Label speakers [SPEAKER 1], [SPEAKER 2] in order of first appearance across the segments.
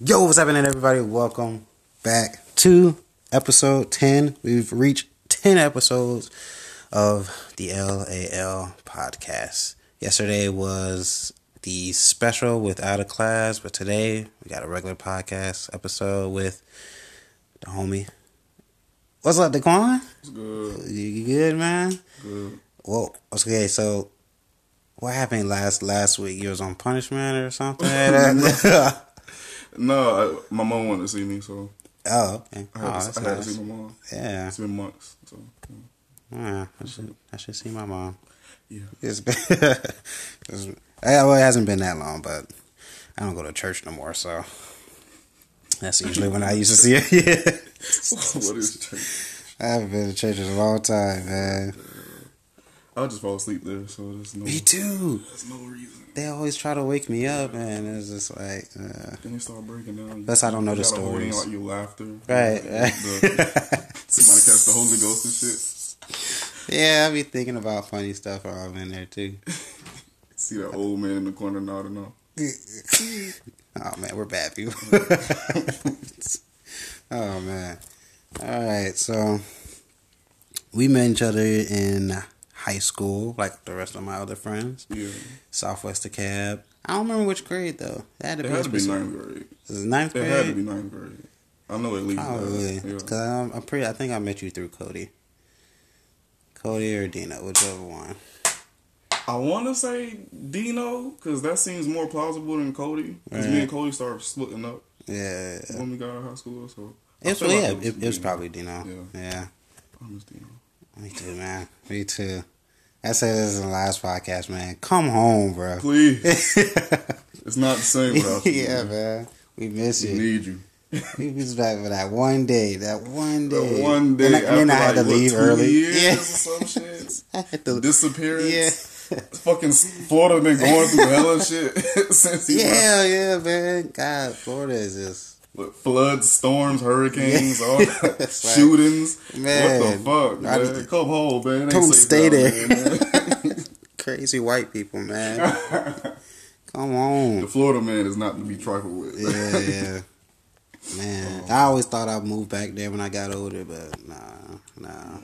[SPEAKER 1] Yo, what's happening, everybody? Welcome back to episode 10. We've reached 10 episodes of the LAL podcast. Yesterday was the special without a class, but today we got a regular podcast episode with the homie. What's up, Daquan?
[SPEAKER 2] It's good.
[SPEAKER 1] You- You good, man?
[SPEAKER 2] Good.
[SPEAKER 1] Well, okay, so what happened last last week? You was on punishment or something? oh,
[SPEAKER 2] No, I, my mom wanted to see me, so
[SPEAKER 1] okay.
[SPEAKER 2] I
[SPEAKER 1] Oh,
[SPEAKER 2] had,
[SPEAKER 1] that's
[SPEAKER 2] to, I had to
[SPEAKER 1] nice.
[SPEAKER 2] see my mom.
[SPEAKER 1] Yeah.
[SPEAKER 2] It's been months, so yeah.
[SPEAKER 1] Yeah, I should, I should see my mom.
[SPEAKER 2] yeah.
[SPEAKER 1] It's been, it's, eh, well, it hasn't been that long, but I don't go to church no more, so that's usually when I used to see her. Yeah.
[SPEAKER 2] what is church?
[SPEAKER 1] I haven't been to church in a long time, man.
[SPEAKER 2] I just fall asleep there, so there's no,
[SPEAKER 1] Me too.
[SPEAKER 2] there's no reason.
[SPEAKER 1] They always try to wake me up, and it's just like, uh,
[SPEAKER 2] Then they start breaking down.
[SPEAKER 1] That's how I don't know
[SPEAKER 2] You
[SPEAKER 1] the
[SPEAKER 2] gotta hold in,
[SPEAKER 1] stories.
[SPEAKER 2] Like your laughter,
[SPEAKER 1] Right,
[SPEAKER 2] The-
[SPEAKER 1] right.
[SPEAKER 2] somebody catch the Holy Ghost and shit.
[SPEAKER 1] yeah, I be thinking about funny stuff while I'm in there too.
[SPEAKER 2] See that old man in the corner nodding off.
[SPEAKER 1] oh man, we're bad people. oh man. All right, so we met each other in high school, like the rest of my other friends.
[SPEAKER 2] Yeah,
[SPEAKER 1] Southwest the cab. I don't remember which grade though. That had to
[SPEAKER 2] it
[SPEAKER 1] be,
[SPEAKER 2] had to be
[SPEAKER 1] specific-
[SPEAKER 2] ninth grade.
[SPEAKER 1] Is it ninth
[SPEAKER 2] It
[SPEAKER 1] grade.
[SPEAKER 2] had to be ninth grade. I know at least.
[SPEAKER 1] Probably.
[SPEAKER 2] that. Yeah.
[SPEAKER 1] Cause I'm, I'm pretty. I think I met you through Cody. Cody or Dino, whichever one.
[SPEAKER 2] I want to say Dino because that seems more plausible than Cody. Because me
[SPEAKER 1] Right.
[SPEAKER 2] and Cody started splitting up
[SPEAKER 1] Yeah.
[SPEAKER 2] when we got out of high school. So I
[SPEAKER 1] It was,
[SPEAKER 2] feel like
[SPEAKER 1] yeah, it, it was
[SPEAKER 2] Dino.
[SPEAKER 1] probably Dino.
[SPEAKER 2] Yeah.
[SPEAKER 1] yeah.
[SPEAKER 2] I miss Dino.
[SPEAKER 1] Me too, man. Me too. I said this in the last podcast, man. Come home, bro.
[SPEAKER 2] Please, it's not the same without you.
[SPEAKER 1] yeah, man. We miss
[SPEAKER 2] We
[SPEAKER 1] you.
[SPEAKER 2] need you.
[SPEAKER 1] We was back for that one day. That one
[SPEAKER 2] The
[SPEAKER 1] day.
[SPEAKER 2] one day
[SPEAKER 1] And I-
[SPEAKER 2] after
[SPEAKER 1] then I had
[SPEAKER 2] like,
[SPEAKER 1] to leave
[SPEAKER 2] what, two
[SPEAKER 1] early.
[SPEAKER 2] years
[SPEAKER 1] yeah.
[SPEAKER 2] or some shit.
[SPEAKER 1] I had to.
[SPEAKER 2] Disappearance.
[SPEAKER 1] yeah.
[SPEAKER 2] Fucking Florida been going through hella shit since he left.
[SPEAKER 1] Yeah, yeah, man. God, Florida is just
[SPEAKER 2] With floods, storms, hurricanes,
[SPEAKER 1] Yeah.
[SPEAKER 2] all that.
[SPEAKER 1] That's right.
[SPEAKER 2] shootings.
[SPEAKER 1] Man.
[SPEAKER 2] what the fuck,
[SPEAKER 1] I
[SPEAKER 2] man?
[SPEAKER 1] just-
[SPEAKER 2] Come home, man. It ain't
[SPEAKER 1] Come
[SPEAKER 2] safe
[SPEAKER 1] stay
[SPEAKER 2] out
[SPEAKER 1] crazy white people, man.
[SPEAKER 2] man.
[SPEAKER 1] Come
[SPEAKER 2] The
[SPEAKER 1] on.
[SPEAKER 2] Florida man is not to be trifled with.
[SPEAKER 1] Yeah, yeah.
[SPEAKER 2] Oh.
[SPEAKER 1] Man, I always thought I'd move back there when I got older, but nah, nah.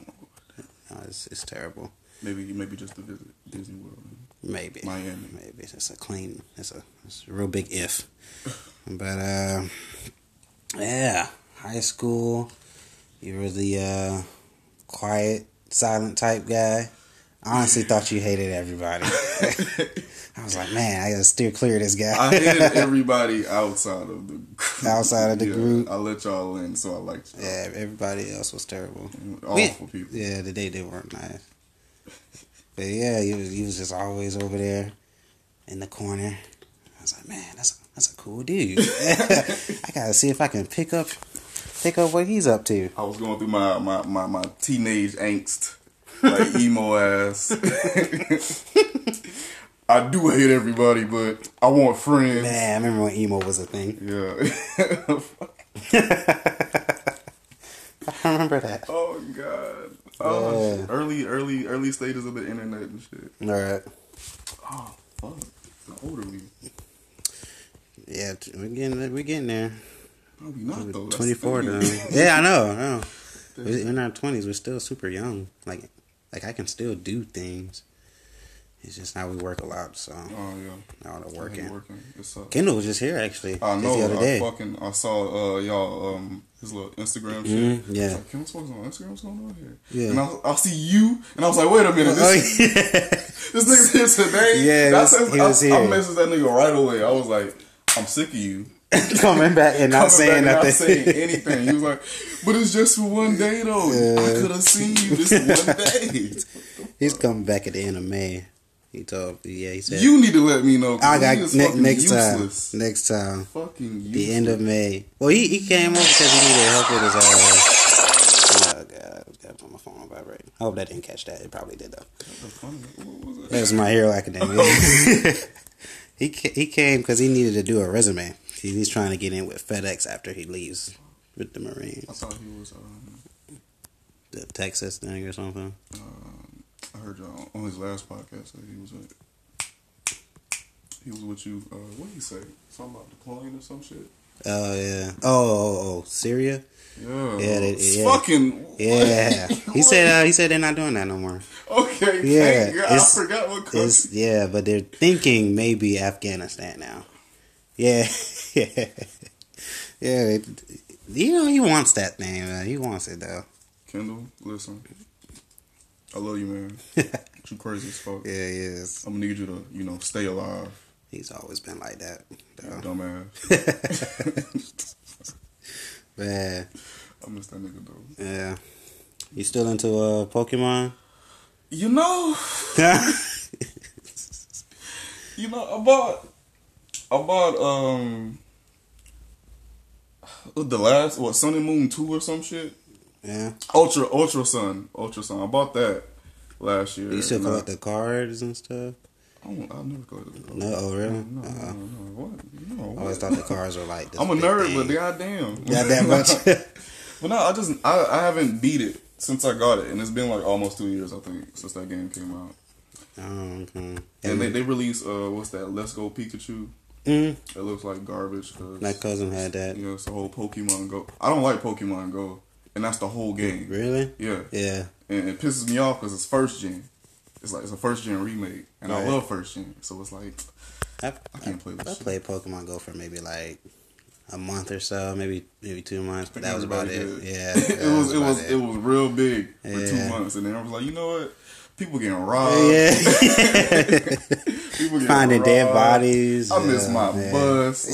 [SPEAKER 1] No, it's, it's terrible.
[SPEAKER 2] maybe maybe just to visit Disney World,
[SPEAKER 1] Maybe.
[SPEAKER 2] Miami.
[SPEAKER 1] Maybe it's a clean. It's a it's a real big if. But uh, yeah, high school. You were the uh, quiet, silent type guy. I honestly thought you hated everybody. I was like, man, I gotta steer clear of this guy.
[SPEAKER 2] I hated everybody outside of the group.
[SPEAKER 1] Outside of the group.
[SPEAKER 2] I let y'all in, so I liked y'all.
[SPEAKER 1] yeah, everybody else was terrible.
[SPEAKER 2] Awful people.
[SPEAKER 1] Yeah, the day they weren't nice. But yeah, he was he was just always over there in the corner. I was like, man, that's that's a cool dude. I gotta see if I can pick up pick up what he's up to.
[SPEAKER 2] I was going through my my, my, my teenage angst, like emo ass. I do hate everybody, but I want friends.
[SPEAKER 1] Man, I remember when emo was a thing.
[SPEAKER 2] Yeah.
[SPEAKER 1] I remember that.
[SPEAKER 2] oh god. Oh,
[SPEAKER 1] Yeah.
[SPEAKER 2] shit. Early, early, early stages of the internet and shit.
[SPEAKER 1] All right.
[SPEAKER 2] Oh fuck. How old are we?
[SPEAKER 1] Yeah, t- we're getting we're getting there.
[SPEAKER 2] No, we not though. Oh, That's the
[SPEAKER 1] Twenty four
[SPEAKER 2] thing.
[SPEAKER 1] now. Yeah, I know. I know. We- In our twenties, we're still super young. Like, like I can still do things. It's just how we work a lot. So
[SPEAKER 2] Oh yeah.
[SPEAKER 1] all the
[SPEAKER 2] Working.
[SPEAKER 1] working.
[SPEAKER 2] working. It sucks.
[SPEAKER 1] Kendall was just here actually.
[SPEAKER 2] I
[SPEAKER 1] just
[SPEAKER 2] know.
[SPEAKER 1] the other
[SPEAKER 2] I
[SPEAKER 1] day.
[SPEAKER 2] fucking. I saw uh, y'all um his little Instagram
[SPEAKER 1] Mhm,
[SPEAKER 2] shit.
[SPEAKER 1] yeah.
[SPEAKER 2] I was like, Kim, what's going on Instagram? What's going on here?
[SPEAKER 1] Yeah.
[SPEAKER 2] And I, was- I see you, and I was like, wait a minute,
[SPEAKER 1] Oh,
[SPEAKER 2] this,
[SPEAKER 1] yeah.
[SPEAKER 2] this nigga's here today.
[SPEAKER 1] Yeah, he
[SPEAKER 2] That's
[SPEAKER 1] was- he
[SPEAKER 2] I,
[SPEAKER 1] was
[SPEAKER 2] I
[SPEAKER 1] here.
[SPEAKER 2] messaged that nigga right away. I was like, I'm sick of you.
[SPEAKER 1] Coming back and not
[SPEAKER 2] Coming
[SPEAKER 1] saying
[SPEAKER 2] back
[SPEAKER 1] nothing.
[SPEAKER 2] and Not saying anything. He was like, but it's just for one day though. I
[SPEAKER 1] Yeah.
[SPEAKER 2] could have seen you this one day.
[SPEAKER 1] He's coming back at the end of May. He told. Yeah, he said.
[SPEAKER 2] you need to let me know. 'cause
[SPEAKER 1] I got
[SPEAKER 2] you is
[SPEAKER 1] ne-
[SPEAKER 2] fucking
[SPEAKER 1] next
[SPEAKER 2] useless.
[SPEAKER 1] time. Next time.
[SPEAKER 2] Fucking useless.
[SPEAKER 1] The end of May. Well, he, he came over because he needed help with his. Uh, oh god, I got my phone on vibrate. I hope that didn't catch that. It probably did though.
[SPEAKER 2] What was it?
[SPEAKER 1] That was my hero academia. he ca- he came because he needed to do a resume. He, he's trying to get in with FedEx after he leaves with the
[SPEAKER 2] I
[SPEAKER 1] Marines,
[SPEAKER 2] thought he was. Um,
[SPEAKER 1] the Texas thing or something.
[SPEAKER 2] um, I heard y'all on his last podcast that he was with. He was with you. Uh, what did he say? Something about deploying or some shit.
[SPEAKER 1] Oh yeah. Oh, oh, oh. Syria.
[SPEAKER 2] Yeah.
[SPEAKER 1] Yeah, they-
[SPEAKER 2] It's
[SPEAKER 1] yeah.
[SPEAKER 2] Fucking.
[SPEAKER 1] Yeah. he
[SPEAKER 2] What?
[SPEAKER 1] said. Uh, he said they're not doing that no more.
[SPEAKER 2] Okay.
[SPEAKER 1] Yeah,
[SPEAKER 2] Thank God. I
[SPEAKER 1] it's-
[SPEAKER 2] forgot what country.
[SPEAKER 1] It's, yeah, but they're thinking maybe Afghanistan now. Yeah. yeah. It, you know he wants that thing. Man. He wants it though.
[SPEAKER 2] Kendall, listen. I love you, man. But you crazy as fuck.
[SPEAKER 1] Yeah, he is.
[SPEAKER 2] I'm gonna need you to, you know, stay alive,
[SPEAKER 1] He's always been like that.
[SPEAKER 2] you
[SPEAKER 1] Though.
[SPEAKER 2] dumbass.
[SPEAKER 1] Man.
[SPEAKER 2] I miss that nigga though.
[SPEAKER 1] Yeah. You still into uh Pokemon?
[SPEAKER 2] You know, you know, I bought, I bought, um, what the last what Sun and Moon two or some shit.
[SPEAKER 1] yeah.
[SPEAKER 2] Ultra Ultra Sun Ultra Sun. I bought that last year.
[SPEAKER 1] You still
[SPEAKER 2] and I-
[SPEAKER 1] collect the cards and stuff?
[SPEAKER 2] I don't, I'll never go to the.
[SPEAKER 1] No, oh really?
[SPEAKER 2] No, no,
[SPEAKER 1] Uh-uh.
[SPEAKER 2] no, no, what? No,
[SPEAKER 1] I always
[SPEAKER 2] what?
[SPEAKER 1] thought the cards were like this.
[SPEAKER 2] I'm a
[SPEAKER 1] big
[SPEAKER 2] nerd,
[SPEAKER 1] thing.
[SPEAKER 2] but goddamn,
[SPEAKER 1] Not that much.
[SPEAKER 2] Well, no, I just I, I haven't beat it since I got it, and it's been like almost two years I think since that game came out.
[SPEAKER 1] oh, okay.
[SPEAKER 2] And they, they released uh what's that? Let's Go Pikachu.
[SPEAKER 1] Mm,
[SPEAKER 2] It looks like garbage uh, because
[SPEAKER 1] my cousin had that.
[SPEAKER 2] you know it's the whole Pokemon Go. I don't like Pokemon Go, and that's the whole game.
[SPEAKER 1] Really?
[SPEAKER 2] Yeah,
[SPEAKER 1] Yeah.
[SPEAKER 2] and it pisses me off because it's first gen. It's like it's a first gen remake, and I
[SPEAKER 1] Right.
[SPEAKER 2] love first gen, so it's like
[SPEAKER 1] I,
[SPEAKER 2] I can't play this
[SPEAKER 1] I
[SPEAKER 2] shit.
[SPEAKER 1] played Pokemon Go for maybe like a month or so, maybe maybe two months, but that was about it.
[SPEAKER 2] Everybody
[SPEAKER 1] Yeah,
[SPEAKER 2] did.
[SPEAKER 1] that
[SPEAKER 2] it was it was
[SPEAKER 1] about
[SPEAKER 2] it was real big for two
[SPEAKER 1] Yeah.
[SPEAKER 2] months, and then I was like, you know what? People getting robbed.
[SPEAKER 1] Yeah.
[SPEAKER 2] People getting
[SPEAKER 1] Finding dead
[SPEAKER 2] robbed.
[SPEAKER 1] bodies.
[SPEAKER 2] uh, I miss
[SPEAKER 1] yeah,
[SPEAKER 2] my
[SPEAKER 1] man.
[SPEAKER 2] bus.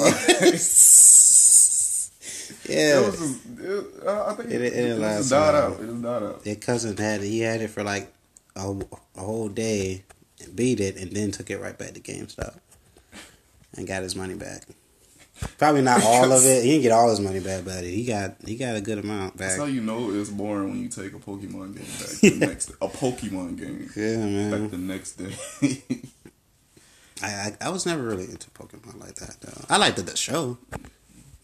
[SPEAKER 1] Yeah.
[SPEAKER 2] It was just, it, I I think
[SPEAKER 1] It-
[SPEAKER 2] it,
[SPEAKER 1] it
[SPEAKER 2] it,
[SPEAKER 1] lasts
[SPEAKER 2] just
[SPEAKER 1] a
[SPEAKER 2] died
[SPEAKER 1] while.
[SPEAKER 2] out. It just died out.
[SPEAKER 1] Their cousin had it. He had it for like a, a whole day, and beat it, and then took it right back to GameStop and got his money back. Probably not all of it. He didn't get all his money back, but he got he got a good amount
[SPEAKER 2] That's
[SPEAKER 1] back.
[SPEAKER 2] how you know it's boring when you take a Pokemon game back the next a Pokemon game
[SPEAKER 1] Yeah,
[SPEAKER 2] back
[SPEAKER 1] man.
[SPEAKER 2] the next day.
[SPEAKER 1] I, I I was never really into Pokemon like that though. I liked the show,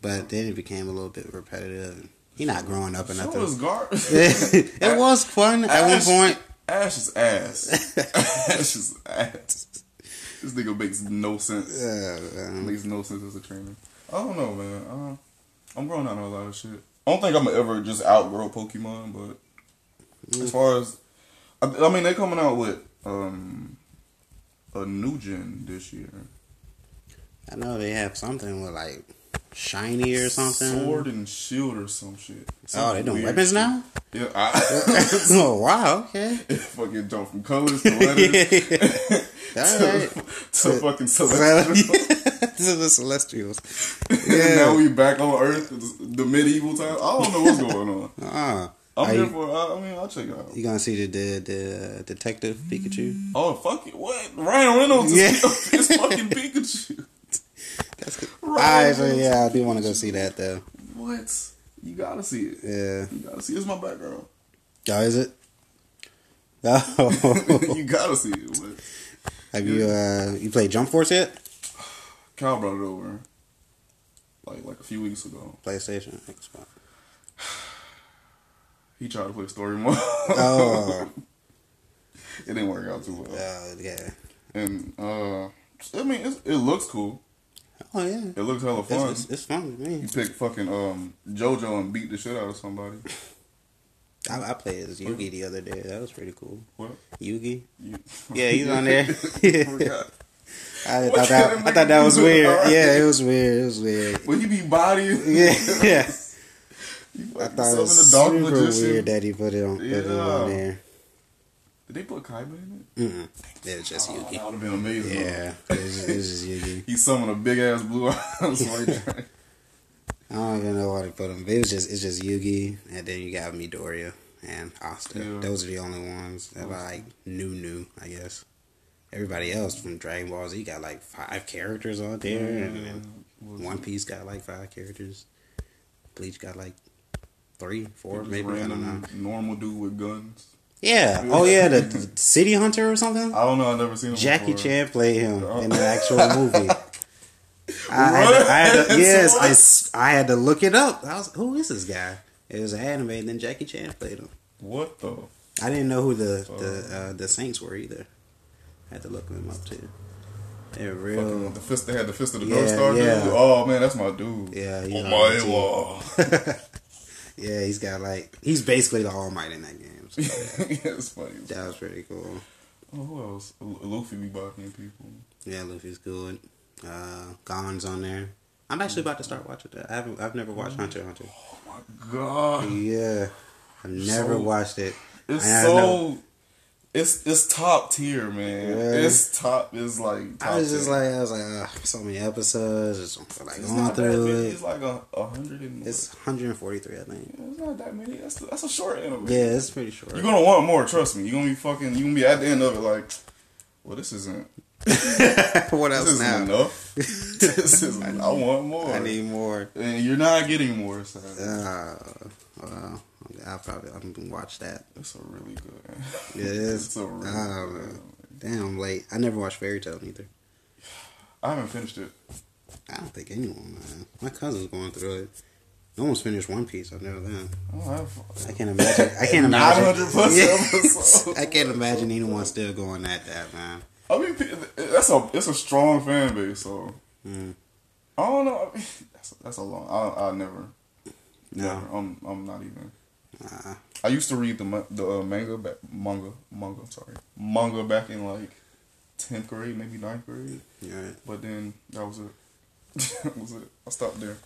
[SPEAKER 1] but then it became a little bit repetitive. He not growing up or
[SPEAKER 2] Show
[SPEAKER 1] nothing.
[SPEAKER 2] was gar-
[SPEAKER 1] it was fun at one
[SPEAKER 2] Ash-
[SPEAKER 1] point.
[SPEAKER 2] Ash is ass. Ash is ass. This nigga makes no sense.
[SPEAKER 1] Yeah, man.
[SPEAKER 2] Makes no sense as a trainer. I don't know, man. Uh, I'm growing out on a lot of shit. I don't think I'm gonna ever just outgrow Pokemon, but as far as I, I mean, they're coming out with um a new gen this year.
[SPEAKER 1] I know they have something with like shiny or something.
[SPEAKER 2] Sword and Shield or some shit.
[SPEAKER 1] Oh,
[SPEAKER 2] Some
[SPEAKER 1] they doing
[SPEAKER 2] weird
[SPEAKER 1] weapons
[SPEAKER 2] shit.
[SPEAKER 1] now?
[SPEAKER 2] Yeah, I
[SPEAKER 1] oh wow, okay.
[SPEAKER 2] fucking jump from colors to letters to,
[SPEAKER 1] Alright.
[SPEAKER 2] to fucking
[SPEAKER 1] So-
[SPEAKER 2] celestial.
[SPEAKER 1] this is the Celestials.
[SPEAKER 2] And
[SPEAKER 1] Yeah.
[SPEAKER 2] now we back on Earth, the medieval times. I don't know what's going on.
[SPEAKER 1] Uh,
[SPEAKER 2] I'm
[SPEAKER 1] are
[SPEAKER 2] here
[SPEAKER 1] you,
[SPEAKER 2] for. I, I mean, I'll check it out.
[SPEAKER 1] you gonna see the, the the uh, Detective Pikachu?
[SPEAKER 2] Oh fuck it! What Ryan Reynolds
[SPEAKER 1] Yeah.
[SPEAKER 2] is, is fucking Pikachu?
[SPEAKER 1] That's good.
[SPEAKER 2] Right.
[SPEAKER 1] I, so yeah, I do want to go see that though.
[SPEAKER 2] What? You gotta see it.
[SPEAKER 1] Yeah.
[SPEAKER 2] You gotta see. It. It's my background.
[SPEAKER 1] Oh, is it? Oh,
[SPEAKER 2] you gotta see it. What?
[SPEAKER 1] have you uh you played Jump Force yet?
[SPEAKER 2] Kyle brought it over, like like a few weeks ago.
[SPEAKER 1] PlayStation, Xbox.
[SPEAKER 2] He tried to play story mode.
[SPEAKER 1] Oh.
[SPEAKER 2] it didn't work out too well.
[SPEAKER 1] Uh, yeah.
[SPEAKER 2] And uh, I mean, it's, it looks cool.
[SPEAKER 1] Oh yeah.
[SPEAKER 2] It looks hella fun.
[SPEAKER 1] It's, it's, it's fun to me.
[SPEAKER 2] you pick fucking um JoJo and beat the shit out of somebody.
[SPEAKER 1] I, I played as Yugi the other day. That was pretty cool.
[SPEAKER 2] What?
[SPEAKER 1] Yugi.
[SPEAKER 2] You- Oh
[SPEAKER 1] Yeah, he's on there.
[SPEAKER 2] I forgot.
[SPEAKER 1] I
[SPEAKER 2] What
[SPEAKER 1] thought that
[SPEAKER 2] kind
[SPEAKER 1] I
[SPEAKER 2] of
[SPEAKER 1] thought
[SPEAKER 2] nigga
[SPEAKER 1] that was
[SPEAKER 2] you are?
[SPEAKER 1] weird. Yeah, it was weird. It was weird.
[SPEAKER 2] When you be bodying,
[SPEAKER 1] Yeah, yeah.
[SPEAKER 2] You
[SPEAKER 1] I
[SPEAKER 2] fucking
[SPEAKER 1] thought it
[SPEAKER 2] summon
[SPEAKER 1] was
[SPEAKER 2] the dark
[SPEAKER 1] super
[SPEAKER 2] magician.
[SPEAKER 1] weird that he put it on, put it on
[SPEAKER 2] Yeah.
[SPEAKER 1] there.
[SPEAKER 2] Did they put Kaiba in it?
[SPEAKER 1] Mm-mm. It was just
[SPEAKER 2] Oh,
[SPEAKER 1] Yugi.
[SPEAKER 2] that would have been amazing.
[SPEAKER 1] Yeah, it was, it was just Yugi.
[SPEAKER 2] He summoned a big ass blue eyes right there.
[SPEAKER 1] I don't even know why they put him. But it was just it's just Yugi, and then you got Midoriya and Asta.
[SPEAKER 2] Yeah.
[SPEAKER 1] Those are the only ones that I like new new. I guess everybody else from Dragon Ball Z got like five characters on there, and then
[SPEAKER 2] Was
[SPEAKER 1] One Piece got like five characters. Bleach got like three,
[SPEAKER 2] it
[SPEAKER 1] four,
[SPEAKER 2] just
[SPEAKER 1] maybe. I
[SPEAKER 2] random
[SPEAKER 1] don't know.
[SPEAKER 2] normal dude with guns.
[SPEAKER 1] Yeah. Oh yeah, the, the City Hunter or something.
[SPEAKER 2] I don't know. I never seen him.
[SPEAKER 1] Jackie
[SPEAKER 2] before.
[SPEAKER 1] Chan played him
[SPEAKER 2] Oh.
[SPEAKER 1] in the actual movie. I had to, I had to,
[SPEAKER 2] What?
[SPEAKER 1] yes, I s- I, had to look it up. I was, who is this guy? It was an anime, and then Jackie Chan played him.
[SPEAKER 2] What though?
[SPEAKER 1] I didn't know who the the uh, the Saints were either. I had to look them up too. They're
[SPEAKER 2] Fucking
[SPEAKER 1] real.
[SPEAKER 2] with the fist they had the fist of the
[SPEAKER 1] Yeah,
[SPEAKER 2] North Star
[SPEAKER 1] yeah.
[SPEAKER 2] dude. Oh man, that's my dude.
[SPEAKER 1] Yeah, he's
[SPEAKER 2] Oh
[SPEAKER 1] on
[SPEAKER 2] my
[SPEAKER 1] the team.
[SPEAKER 2] wall.
[SPEAKER 1] Yeah, he's got like he's basically the All Might in that game. So
[SPEAKER 2] yeah, it's funny.
[SPEAKER 1] that was pretty cool.
[SPEAKER 2] Oh, who else? L- Luffy be blocking people.
[SPEAKER 1] Yeah, Luffy's good. Uh, Gon's on there. I'm actually about to start watching that. I haven't. I've never watched Hunter x Hunter.
[SPEAKER 2] Oh my god.
[SPEAKER 1] Mm. Yeah, I've never
[SPEAKER 2] So-
[SPEAKER 1] watched it.
[SPEAKER 2] It's
[SPEAKER 1] And Mm, I
[SPEAKER 2] so
[SPEAKER 1] know-
[SPEAKER 2] it's it's top tier, man.
[SPEAKER 1] Yeah.
[SPEAKER 2] It's top is like top
[SPEAKER 1] I was just
[SPEAKER 2] tier.
[SPEAKER 1] like, I was like, uh, so many episodes. It's like
[SPEAKER 2] it's
[SPEAKER 1] going
[SPEAKER 2] not that
[SPEAKER 1] through
[SPEAKER 2] many.
[SPEAKER 1] it.
[SPEAKER 2] It's like a, a hundred and
[SPEAKER 1] It's 143, I think.
[SPEAKER 2] it's not that many. That's that's a short anime.
[SPEAKER 1] Yeah, it's pretty short.
[SPEAKER 2] You're gonna want more, trust me. You're gonna be fucking you're gonna be at the end of it like well this isn't
[SPEAKER 1] what
[SPEAKER 2] this
[SPEAKER 1] else
[SPEAKER 2] isn't
[SPEAKER 1] now?
[SPEAKER 2] enough. this is I want more.
[SPEAKER 1] I need more.
[SPEAKER 2] and you're not getting more, so
[SPEAKER 1] Uh, well, I'll probably I'm gonna watch that.
[SPEAKER 2] it's a really
[SPEAKER 1] It
[SPEAKER 2] good
[SPEAKER 1] is.
[SPEAKER 2] it's a really
[SPEAKER 1] Ah,
[SPEAKER 2] good
[SPEAKER 1] man.
[SPEAKER 2] anime.
[SPEAKER 1] Damn, I'm late. I never watched Fairy Tale either.
[SPEAKER 2] I haven't finished it.
[SPEAKER 1] I don't think anyone. Man. My cousin's going through it. I almost finished One Piece. I know that.
[SPEAKER 2] I don't have
[SPEAKER 1] I can't imagine. I can't imagine.
[SPEAKER 2] 900 plus
[SPEAKER 1] Yeah.
[SPEAKER 2] episodes.
[SPEAKER 1] I can't imagine anyone still going at that, man.
[SPEAKER 2] I mean, pe- that's a it's a strong fan base. So
[SPEAKER 1] Mm.
[SPEAKER 2] I don't know. I mean, that's that's a long. I I never.
[SPEAKER 1] No,
[SPEAKER 2] I'm I'm not even.
[SPEAKER 1] uh,
[SPEAKER 2] I used to read the ma- the uh, manga back manga manga sorry manga back in like tenth grade maybe 9th grade,
[SPEAKER 1] you're right.
[SPEAKER 2] but then that was it. that was it. I stopped there.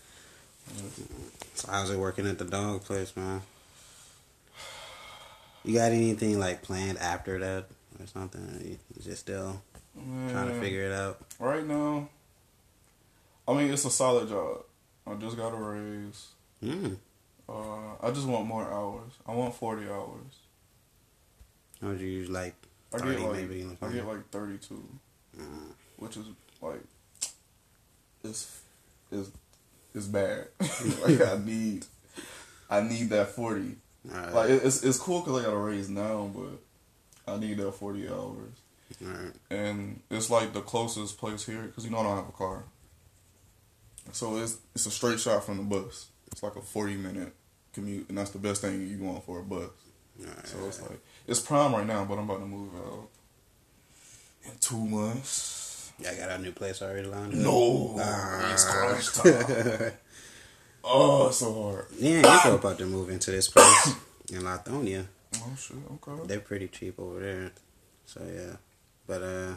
[SPEAKER 1] So how's it working at the dog place, man? You got anything like planned after that or something? Or you you just still trying to
[SPEAKER 2] Man,
[SPEAKER 1] figure it out?
[SPEAKER 2] right now. I mean, it's a solid job. I just got a raise.
[SPEAKER 1] Mm.
[SPEAKER 2] Uh, I just want more hours. I want forty hours.
[SPEAKER 1] How would you use like
[SPEAKER 2] I
[SPEAKER 1] thirty
[SPEAKER 2] get like
[SPEAKER 1] maybe? Like,
[SPEAKER 2] I get like thirty two,
[SPEAKER 1] Mm.
[SPEAKER 2] which is like is is is bad. like I need I need that forty.
[SPEAKER 1] Alright,
[SPEAKER 2] Like it- it's it's cool because I got a raise now, but I need that forty hours.
[SPEAKER 1] alright.
[SPEAKER 2] And it's like the closest place here because you know I don't have a car, so it's it's a straight shot from the bus. It's like a forty minute commute, and that's the best thing you want for a bus.
[SPEAKER 1] alright.
[SPEAKER 2] So it's like it's prime right now, but I'm about to move out in two months.
[SPEAKER 1] Y'all got our new place already lined up.
[SPEAKER 2] No, it's crunch time. oh, it's so hard.
[SPEAKER 1] Yeah, Nico about to move into this place in Lithonia.
[SPEAKER 2] Oh shit. Okay.
[SPEAKER 1] They're pretty cheap over there. So yeah, but uh,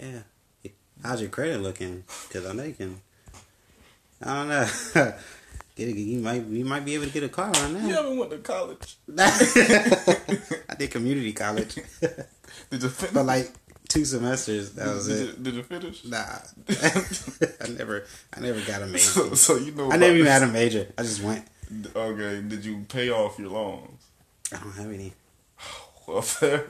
[SPEAKER 1] yeah. How's your credit looking? Because I know you can. I don't know. get a, you might you might be able to get a car right
[SPEAKER 2] You
[SPEAKER 1] now.
[SPEAKER 2] haven't went to college.
[SPEAKER 1] I did community college
[SPEAKER 2] Did you finish?
[SPEAKER 1] for like two semesters. That was
[SPEAKER 2] did,
[SPEAKER 1] it.
[SPEAKER 2] You, did you finish?
[SPEAKER 1] Nah, I never I never got a
[SPEAKER 2] So,
[SPEAKER 1] major.
[SPEAKER 2] so you know.
[SPEAKER 1] I never even
[SPEAKER 2] about
[SPEAKER 1] had a major. I just went.
[SPEAKER 2] this. Okay. Did you pay off your loans?
[SPEAKER 1] I don't have any.
[SPEAKER 2] Well, fair.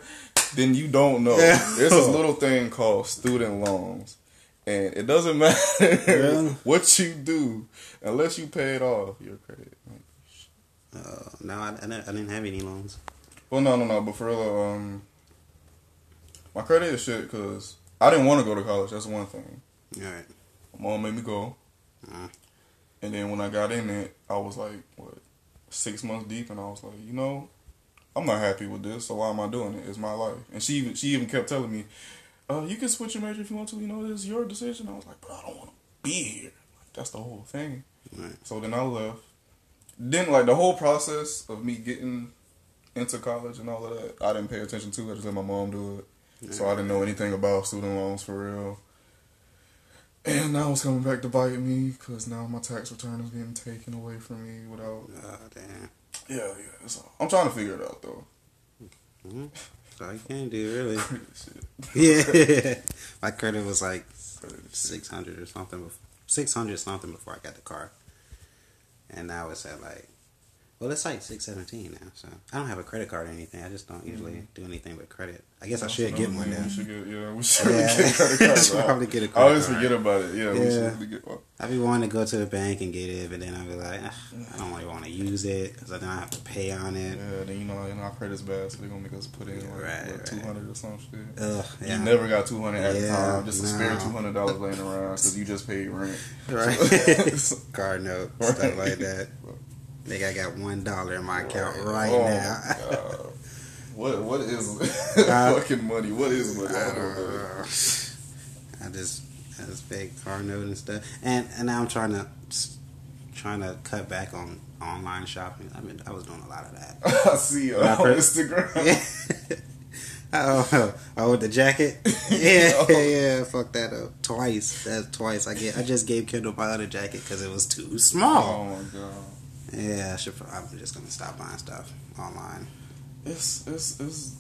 [SPEAKER 2] Then you don't know.
[SPEAKER 1] Yeah.
[SPEAKER 2] There's this little thing called student loans, and it doesn't matter
[SPEAKER 1] Yeah.
[SPEAKER 2] what you do unless you pay it off. Your credit.
[SPEAKER 1] Uh, no, I, I, didn't, I didn't have any loans.
[SPEAKER 2] Well, no, no, no. But for real, um, my credit is shit because I didn't want to go to college. That's one thing.
[SPEAKER 1] All right.
[SPEAKER 2] My mom made me go,
[SPEAKER 1] Mm.
[SPEAKER 2] and then when I got in it, I was like, what, six months deep, and I was like, you know, I'm not happy with this. So why am I doing it? It's my life. And she even she even kept telling me, uh, you can switch your major if you want to. You know, it's your decision. I was like, bro, I don't want to be here. Like, that's the whole thing.
[SPEAKER 1] Right.
[SPEAKER 2] So then I left. Then like the whole process of me getting into college and all of that, I didn't pay attention to. I just let my mom do it. So I didn't know anything about student loans for real. And now it's coming back to bite me because now my tax return is getting taken away from me without.
[SPEAKER 1] Oh, damn.
[SPEAKER 2] Yeah, yeah. So I'm trying to figure it out though.
[SPEAKER 1] Mm-hmm. So I can't do really.
[SPEAKER 2] Shit.
[SPEAKER 1] yeah, my credit was like
[SPEAKER 2] Crazy.
[SPEAKER 1] six hundred or something. Six hundred something before I got the car, and now it's at like, well, it's like six seventeen now. So I don't have a credit card or anything. I just don't usually
[SPEAKER 2] Mm-hmm.
[SPEAKER 1] do anything with credit. I guess I should get one now.
[SPEAKER 2] We should get, yeah, we should
[SPEAKER 1] Yeah.
[SPEAKER 2] get credit cards.
[SPEAKER 1] Should probably get a
[SPEAKER 2] I always
[SPEAKER 1] credit card.
[SPEAKER 2] forget about it. Yeah, we
[SPEAKER 1] Yeah.
[SPEAKER 2] should really get one.
[SPEAKER 1] I be wanting to go to the bank and get it, but then I be like, "Ah, I don't really want to use it because then I have to pay on it.
[SPEAKER 2] Yeah, then you know, and our credit's bad, so they're gonna make us put in like
[SPEAKER 1] Right, right.
[SPEAKER 2] two hundred or some shit.
[SPEAKER 1] Ugh, yeah.
[SPEAKER 2] You never got two hundred at the
[SPEAKER 1] Yeah,
[SPEAKER 2] time, just a spare
[SPEAKER 1] no.
[SPEAKER 2] two hundred dollars laying around because you just paid rent.
[SPEAKER 1] right. Car note,
[SPEAKER 2] Right.
[SPEAKER 1] stuff like that. Think I got one dollar in my account right
[SPEAKER 2] Oh,
[SPEAKER 1] now.
[SPEAKER 2] my God. What what is
[SPEAKER 1] Uh,
[SPEAKER 2] fucking money? What is money? I don't know.
[SPEAKER 1] I I just I just fake card note and stuff. And and now I'm trying to trying to cut back on online shopping. I mean, I was doing a lot of that.
[SPEAKER 2] I see you on
[SPEAKER 1] first-
[SPEAKER 2] Instagram.
[SPEAKER 1] uh, Yeah. Oh, oh, with the jacket. Yeah,
[SPEAKER 2] No.
[SPEAKER 1] yeah. Fuck that up twice. That's twice. I get. I just gave Kendall my other jacket because it was too small.
[SPEAKER 2] Oh my god.
[SPEAKER 1] Yeah, I should. pro- I'm just gonna stop buying stuff online.
[SPEAKER 2] It's it's it's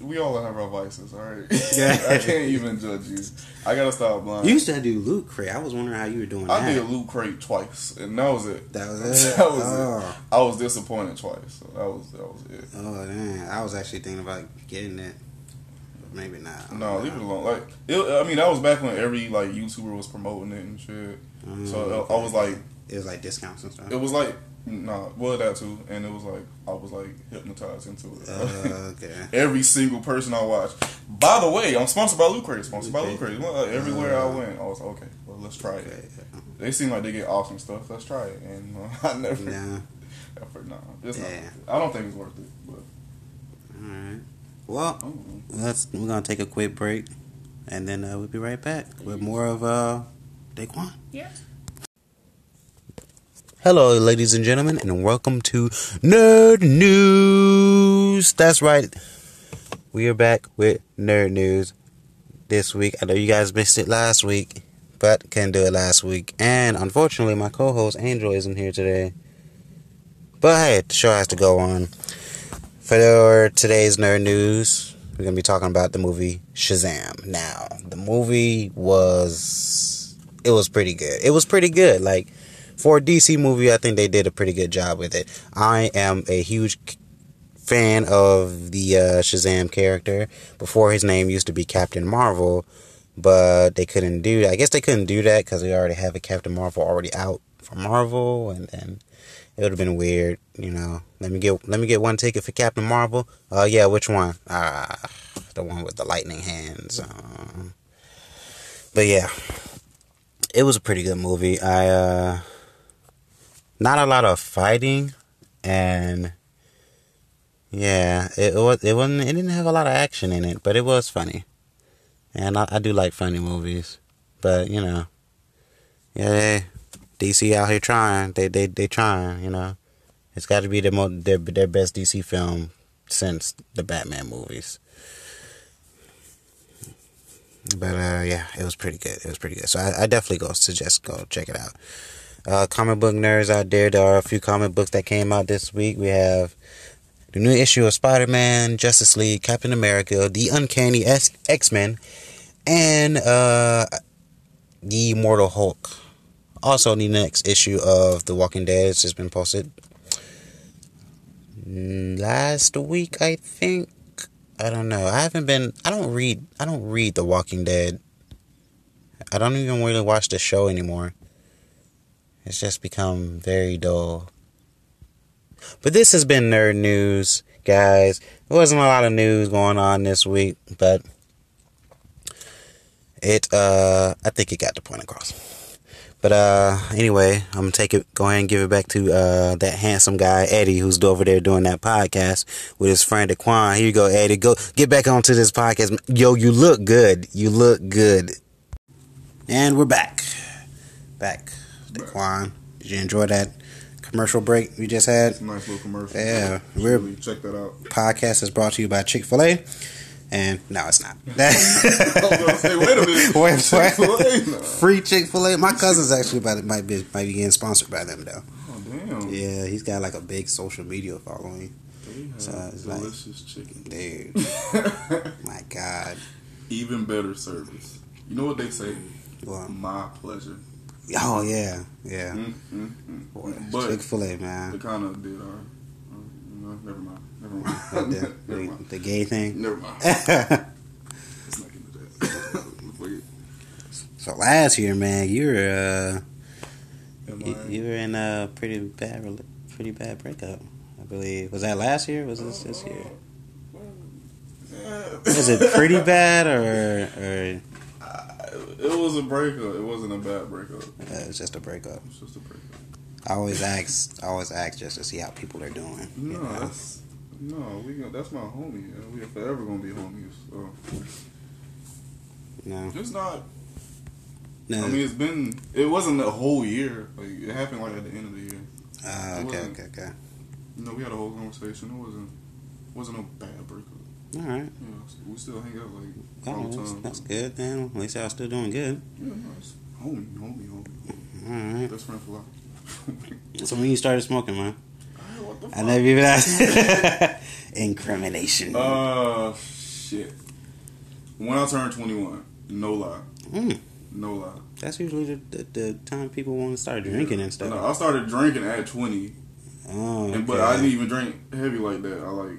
[SPEAKER 2] we all have our vices, all right?
[SPEAKER 1] Yeah.
[SPEAKER 2] I can't even judge you. I gotta stop lying.
[SPEAKER 1] You used to do loot crate. I was wondering how you were doing
[SPEAKER 2] I
[SPEAKER 1] that.
[SPEAKER 2] did loot crate twice, and that was it.
[SPEAKER 1] That was it.
[SPEAKER 2] That was
[SPEAKER 1] oh.
[SPEAKER 2] I was disappointed twice. So that was that was it.
[SPEAKER 1] Oh man, I was actually thinking about getting it, but maybe not. I don't
[SPEAKER 2] No,
[SPEAKER 1] know.
[SPEAKER 2] leave it alone. Like, it, I mean, that was back when every like YouTuber was promoting it and shit.
[SPEAKER 1] Mm,
[SPEAKER 2] So uh, I, I was like,
[SPEAKER 1] it was like discounts and stuff.
[SPEAKER 2] it was like, nah, well that too, and it was like I was like hypnotized into it.
[SPEAKER 1] Uh, okay.
[SPEAKER 2] every single person I watch. By the way, I'm sponsored by Loot Crate. Sponsored by Loot Crate. Well, uh, Everywhere I went, I was okay. Well, let's try it.
[SPEAKER 1] okay.
[SPEAKER 2] They seem like they get awesome stuff. Let's try it. And uh, I never,
[SPEAKER 1] Nah.
[SPEAKER 2] ever, nah, it's not.
[SPEAKER 1] Yeah.
[SPEAKER 2] worth it. I don't think it's worth it. But
[SPEAKER 1] All right. Well,
[SPEAKER 2] I don't know.
[SPEAKER 1] let's. We're gonna take a quick break, and then uh, we'll be right back with more of uh, Daquan. Yeah. Hello, ladies and gentlemen, and welcome to Nerd News. That's right. We are back with Nerd News this week. I know you guys missed it last week, but couldn't do it last week. And unfortunately, my co host Angel isn't here today. But hey, the show has to go on. For today's nerd news, we're gonna be talking about the movie Shazam. Now, the movie was it was pretty good. It was pretty good. Like for a DC movie, I think they did a pretty good job with it. I am a huge c- fan of the uh, Shazam character. Before his name used to be Captain Marvel, but they couldn't do. I guess they couldn't do that because they already have a Captain Marvel already out for Marvel, and then it would have been weird, you know. Let me get let me get one ticket for Captain Marvel. Uh, yeah, which one? Ah, the one with the lightning hands. Um, but yeah, it was a pretty good movie. I uh, not a lot of fighting, and yeah, it was it wasn't it didn't have a lot of action in it, but it was funny, and I, I do like funny movies, but you know, yeah. they- DC out here trying. They they they trying. You know, it's got to be their, mo- their their best DC film since the Batman movies. But uh, yeah, it was pretty good. It was pretty good. So I, I definitely go suggest go check it out. Uh, comic book nerds out there, there are a few comic books that came out this week. We have the new issue of Spider Man, Justice League, Captain America, the Uncanny X Men, and uh, the Immortal Hulk. Also, the next issue of The Walking Dead has just been posted mm, last week, I think. I don't know. I haven't been. I don't read. I don't read The Walking Dead. I don't even really watch the show anymore. It's just become very dull. But this has been nerd news, guys. There wasn't a lot of news going on this week, but it. Uh, I think it got the point across. But uh, anyway, I'm gonna take it. Go ahead and give it back to uh that handsome guy Eddie, who's over there doing that podcast with his friend Daquan. Here you go, Eddie. Go get back onto this podcast. Yo, you look good. You look good. And we're back. Back, Daquan. Did you enjoy that commercial break we just had?
[SPEAKER 2] It's a nice little commercial.
[SPEAKER 1] Yeah,
[SPEAKER 2] You should
[SPEAKER 1] we're-
[SPEAKER 2] really check that out.
[SPEAKER 1] Podcast is brought to you by Chick Fil A. And no, it's not.
[SPEAKER 2] I was gonna say, wait a minute.
[SPEAKER 1] Wait,
[SPEAKER 2] Chick-fil-A? Nah.
[SPEAKER 1] Free Chick Fil A. My cousin's actually about might be might be getting sponsored by them though.
[SPEAKER 2] Oh damn!
[SPEAKER 1] Yeah, he's got like a big social media following.
[SPEAKER 2] They have
[SPEAKER 1] So it's like-
[SPEAKER 2] delicious
[SPEAKER 1] Dude,
[SPEAKER 2] chicken.
[SPEAKER 1] my God.
[SPEAKER 2] Even better service. You know what they say?
[SPEAKER 1] Well,
[SPEAKER 2] My pleasure.
[SPEAKER 1] oh yeah, yeah.
[SPEAKER 2] Mm, mm, mm. But-
[SPEAKER 1] Chick Fil A,
[SPEAKER 2] They
[SPEAKER 1] man.
[SPEAKER 2] kind of did our. uh, no, Never mind. Never mind.
[SPEAKER 1] The,
[SPEAKER 2] never
[SPEAKER 1] the,
[SPEAKER 2] mind.
[SPEAKER 1] the gay thing.
[SPEAKER 2] Never mind.
[SPEAKER 1] so
[SPEAKER 2] Let's not get into that. Fuck it.
[SPEAKER 1] last year, man, you were uh,
[SPEAKER 2] Am
[SPEAKER 1] you,
[SPEAKER 2] I-
[SPEAKER 1] you were in a pretty bad rela- pretty bad breakup. I believe was that last year? Or was this this year?
[SPEAKER 2] Yeah.
[SPEAKER 1] Was it pretty bad or or
[SPEAKER 2] It was a breakup. It wasn't a bad breakup. It
[SPEAKER 1] uh, it was just a breakup?
[SPEAKER 2] was just a breakup.
[SPEAKER 1] I always ask, I always ask just to see how people are doing. you
[SPEAKER 2] No,
[SPEAKER 1] know?
[SPEAKER 2] that's no. We gonna, that's my Uh, homie. and We are forever gonna be homies. So
[SPEAKER 1] no.
[SPEAKER 2] it's not.
[SPEAKER 1] No.
[SPEAKER 2] I mean, it's been. It wasn't a whole year. Like it happened like at the end of the year.
[SPEAKER 1] Ah,
[SPEAKER 2] it
[SPEAKER 1] okay,
[SPEAKER 2] wasn't-
[SPEAKER 1] okay, okay.
[SPEAKER 2] You know, we had a whole conversation. It wasn't. Wasn't a bad breakup.
[SPEAKER 1] All right.
[SPEAKER 2] You know, we still hang out like all
[SPEAKER 1] Well,
[SPEAKER 2] the
[SPEAKER 1] that's,
[SPEAKER 2] time.
[SPEAKER 1] that's good. Then at least y'all still doing good.
[SPEAKER 2] Yeah, no, it's homie, homie, homie.
[SPEAKER 1] All right.
[SPEAKER 2] Best friend for life.
[SPEAKER 1] So when you started smoking, man,
[SPEAKER 2] Ah, what the
[SPEAKER 1] I
[SPEAKER 2] fuck?
[SPEAKER 1] never even asked. Incrimination.
[SPEAKER 2] Uh, shit. When I turned 21, no lie,
[SPEAKER 1] Mm,
[SPEAKER 2] no lie.
[SPEAKER 1] that's usually the, the, the time people want to start drinking and stuff.
[SPEAKER 2] No, I started drinking at 20,
[SPEAKER 1] Oh,
[SPEAKER 2] and but
[SPEAKER 1] okay.
[SPEAKER 2] I didn't even drink heavy like that. I like,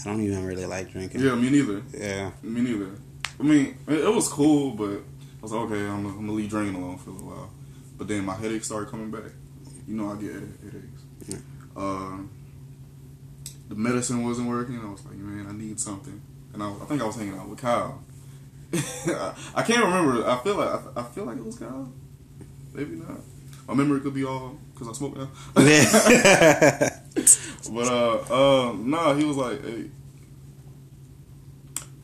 [SPEAKER 1] I don't even really like drinking.
[SPEAKER 2] yeah, me neither.
[SPEAKER 1] Yeah.
[SPEAKER 2] Me neither. I mean, it, it was cool, but I was like, okay, I'm, I'm gonna leave drinking alone for a little while. But then my headaches started coming back. You know, I get head- headaches.
[SPEAKER 1] Yeah.
[SPEAKER 2] Um, the medicine wasn't working. I was like, man, I need something. And I, I think I was hanging out with Kyle. I, I can't remember. I feel like I, I feel like it was Kyle. Maybe not. I remember it could be all because I smoke now. But uh, um, nah, he was like, hey,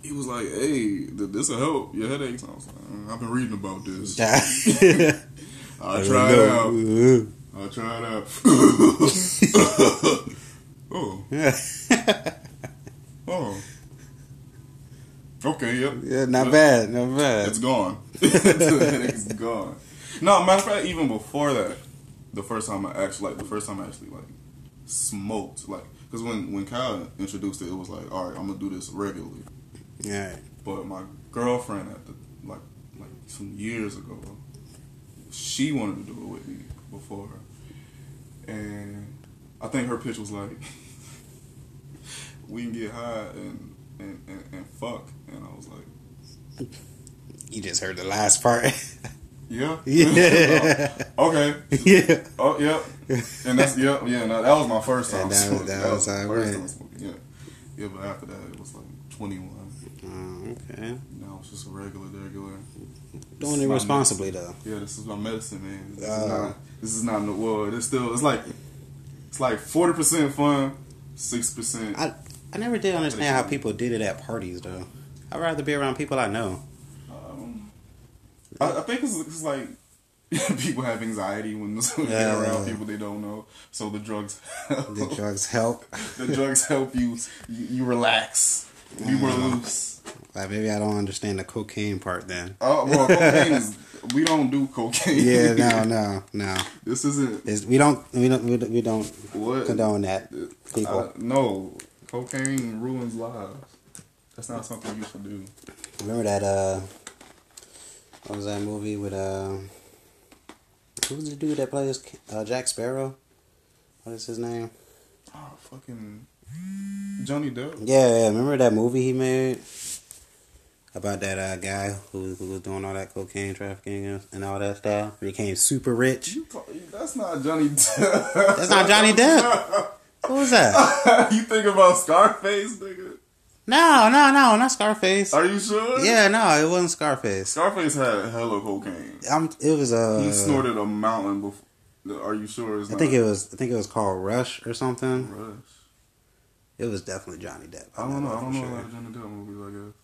[SPEAKER 2] he was like, hey, this will help your headaches. I was like, "Mm, I've been reading about this. I tried it out. I tried it out. oh, oh, okay, yep.
[SPEAKER 1] yeah, not bad, not
[SPEAKER 2] It's
[SPEAKER 1] bad.
[SPEAKER 2] gone. the headache's gone. No, matter of fact, even before that, the first time I actually like the first time I actually like smoked like because when when Kyle introduced it, it was like, all right, I'm gonna do this regularly.
[SPEAKER 1] All right.
[SPEAKER 2] But my girlfriend at the like like some years ago, she wanted to do it with me before her, and I think her pitch was like, "We can get high and and, and, and fuck," and I was like,
[SPEAKER 1] You just heard the last part.
[SPEAKER 2] "Yeah,
[SPEAKER 1] yeah.
[SPEAKER 2] okay,
[SPEAKER 1] yeah.
[SPEAKER 2] oh yeah," and that's yeah yeah. No, that was my first time.
[SPEAKER 1] And that was-
[SPEAKER 2] smoking.
[SPEAKER 1] that was
[SPEAKER 2] my
[SPEAKER 1] how it
[SPEAKER 2] first
[SPEAKER 1] went.
[SPEAKER 2] time smoking. Yeah, yeah. But after that, it was like twenty one.
[SPEAKER 1] Oh, okay.
[SPEAKER 2] Now it's just a regular, regular.
[SPEAKER 1] Doing it responsibly though.
[SPEAKER 2] Yeah, this is my medicine, man. This
[SPEAKER 1] Ah.
[SPEAKER 2] is not. This is not no. Well, it's still. It's like. It's like forty percent fun, six percent.
[SPEAKER 1] I I never did understand how people did it at parties though. I'd rather be around people I know.
[SPEAKER 2] Um, I, I think it's, it's like people have anxiety when they're
[SPEAKER 1] Yeah.
[SPEAKER 2] around people they don't know. So the drugs. help.
[SPEAKER 1] The drugs help.
[SPEAKER 2] the drugs help you. You, you relax. You more loose.
[SPEAKER 1] Like maybe I don't understand the cocaine part then.
[SPEAKER 2] Oh well, cocaine is. We don't do cocaine.
[SPEAKER 1] Yeah, no, no, no.
[SPEAKER 2] this isn't
[SPEAKER 1] It's, we don't, we don't, we don't, we don't
[SPEAKER 2] what.
[SPEAKER 1] condone that. People,
[SPEAKER 2] I- no, cocaine ruins lives. That's not something you should do.
[SPEAKER 1] remember that? uh What was that movie with? uh Who was the dude that plays uh, Jack Sparrow? What is his name?
[SPEAKER 2] Oh, fucking Johnny Depp.
[SPEAKER 1] Yeah, yeah. Remember that movie he made about that uh, guy who, who was doing all that cocaine trafficking and- and all that stuff? Became super rich.
[SPEAKER 2] You talk- That's not Johnny Depp.
[SPEAKER 1] That's not Johnny Depp. What was that?
[SPEAKER 2] you think about Scarface, nigga?
[SPEAKER 1] No, no, no, not Scarface.
[SPEAKER 2] Are you sure?
[SPEAKER 1] Yeah, no, it wasn't Scarface.
[SPEAKER 2] Scarface had hella cocaine.
[SPEAKER 1] I'm, it was uh,
[SPEAKER 2] He snorted a mountain before. Are you sure? It's
[SPEAKER 1] I
[SPEAKER 2] not
[SPEAKER 1] think it was I think it was called Rush or something.
[SPEAKER 2] Rush.
[SPEAKER 1] It was definitely Johnny Depp.
[SPEAKER 2] I don't know. I don't
[SPEAKER 1] for
[SPEAKER 2] know a
[SPEAKER 1] sure.
[SPEAKER 2] lot of Johnny Depp movies. I guess.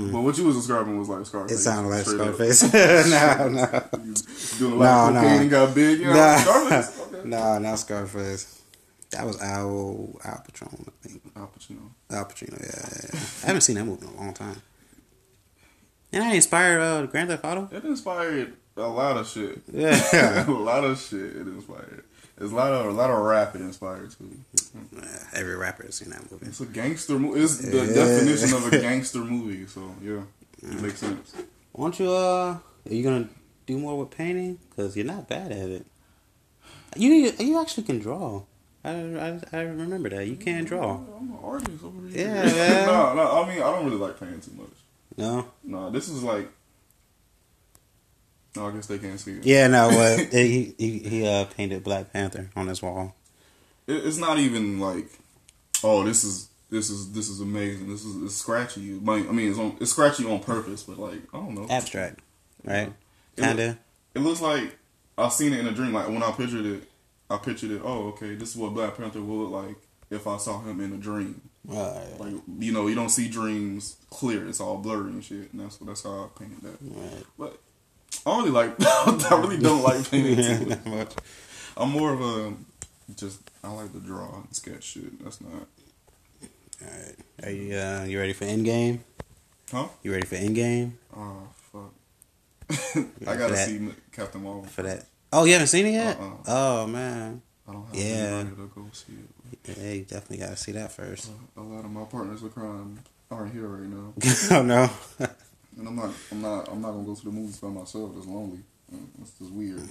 [SPEAKER 1] Hmm.
[SPEAKER 2] But what you was describing was like Scarface.
[SPEAKER 1] It sounded like
[SPEAKER 2] Straight up.
[SPEAKER 1] Scarface. no, no,
[SPEAKER 2] You doing a lot
[SPEAKER 1] No,
[SPEAKER 2] of
[SPEAKER 1] no.
[SPEAKER 2] cocaine and got big. You know,
[SPEAKER 1] Nah.
[SPEAKER 2] Scarface. Okay.
[SPEAKER 1] no, not Scarface. That was Al Al Patron, I think.
[SPEAKER 2] Al Pacino.
[SPEAKER 1] Al Pacino, yeah, yeah, yeah. I haven't seen that movie in a long time. And I inspired uh, Grand Theft Auto.
[SPEAKER 2] It inspired a lot of shit.
[SPEAKER 1] Yeah.
[SPEAKER 2] a lot of shit. It inspired. It's a lot of a lot of rap. It inspired too.
[SPEAKER 1] Yeah, Every rapper has seen that movie.
[SPEAKER 2] It's a gangster movie. It's the
[SPEAKER 1] Yeah.
[SPEAKER 2] definition of a gangster movie. So yeah, it makes sense.
[SPEAKER 1] Why don't you? Uh, are you gonna do more with painting? Cause you're not bad at it. You you actually can draw. I, I, I remember that you can draw.
[SPEAKER 2] I'm an artist over here.
[SPEAKER 1] Oh. Yeah, man.
[SPEAKER 2] no, no. I mean, I don't really like paying too much.
[SPEAKER 1] No.
[SPEAKER 2] No, this is like. No, I guess they can't see it.
[SPEAKER 1] Yeah, no. What he he, he uh, painted Black Panther on his wall.
[SPEAKER 2] it. It's not even like, oh, this is this is this is amazing. This is it's scratchy. Like, I mean, it's on it's scratchy on purpose, but like I don't know.
[SPEAKER 1] Abstract, right?
[SPEAKER 2] It look-
[SPEAKER 1] Kinda.
[SPEAKER 2] It looks like I've seen it in a dream. Like when I pictured it, I pictured it. Oh, okay, this is what Black Panther would look like if I saw him in a dream.
[SPEAKER 1] Right,
[SPEAKER 2] Like you know, you don't see dreams clear. It's all blurry and shit. And that's that's how I painted that.
[SPEAKER 1] right.
[SPEAKER 2] But I don't really like. I really don't like painting too
[SPEAKER 1] Not much.
[SPEAKER 2] I'm more of a just. I like to draw and sketch shit. That's not.
[SPEAKER 1] All right. Are you uh, you ready for Endgame?
[SPEAKER 2] Huh?
[SPEAKER 1] You ready for Endgame?
[SPEAKER 2] Oh fuck. I gotta
[SPEAKER 1] that-
[SPEAKER 2] see Captain Marvel.
[SPEAKER 1] For that? Oh, you haven't seen it yet?
[SPEAKER 2] Uh-uh.
[SPEAKER 1] Oh man,
[SPEAKER 2] I don't have
[SPEAKER 1] Yeah.
[SPEAKER 2] anybody to go see it.
[SPEAKER 1] yeah, you definitely gotta see that first.
[SPEAKER 2] A lot of my partners in crime aren't here right now,
[SPEAKER 1] oh no.
[SPEAKER 2] and I'm not. I'm not. I'm not gonna go to the movies by myself. It's lonely. Mm, It's just weird.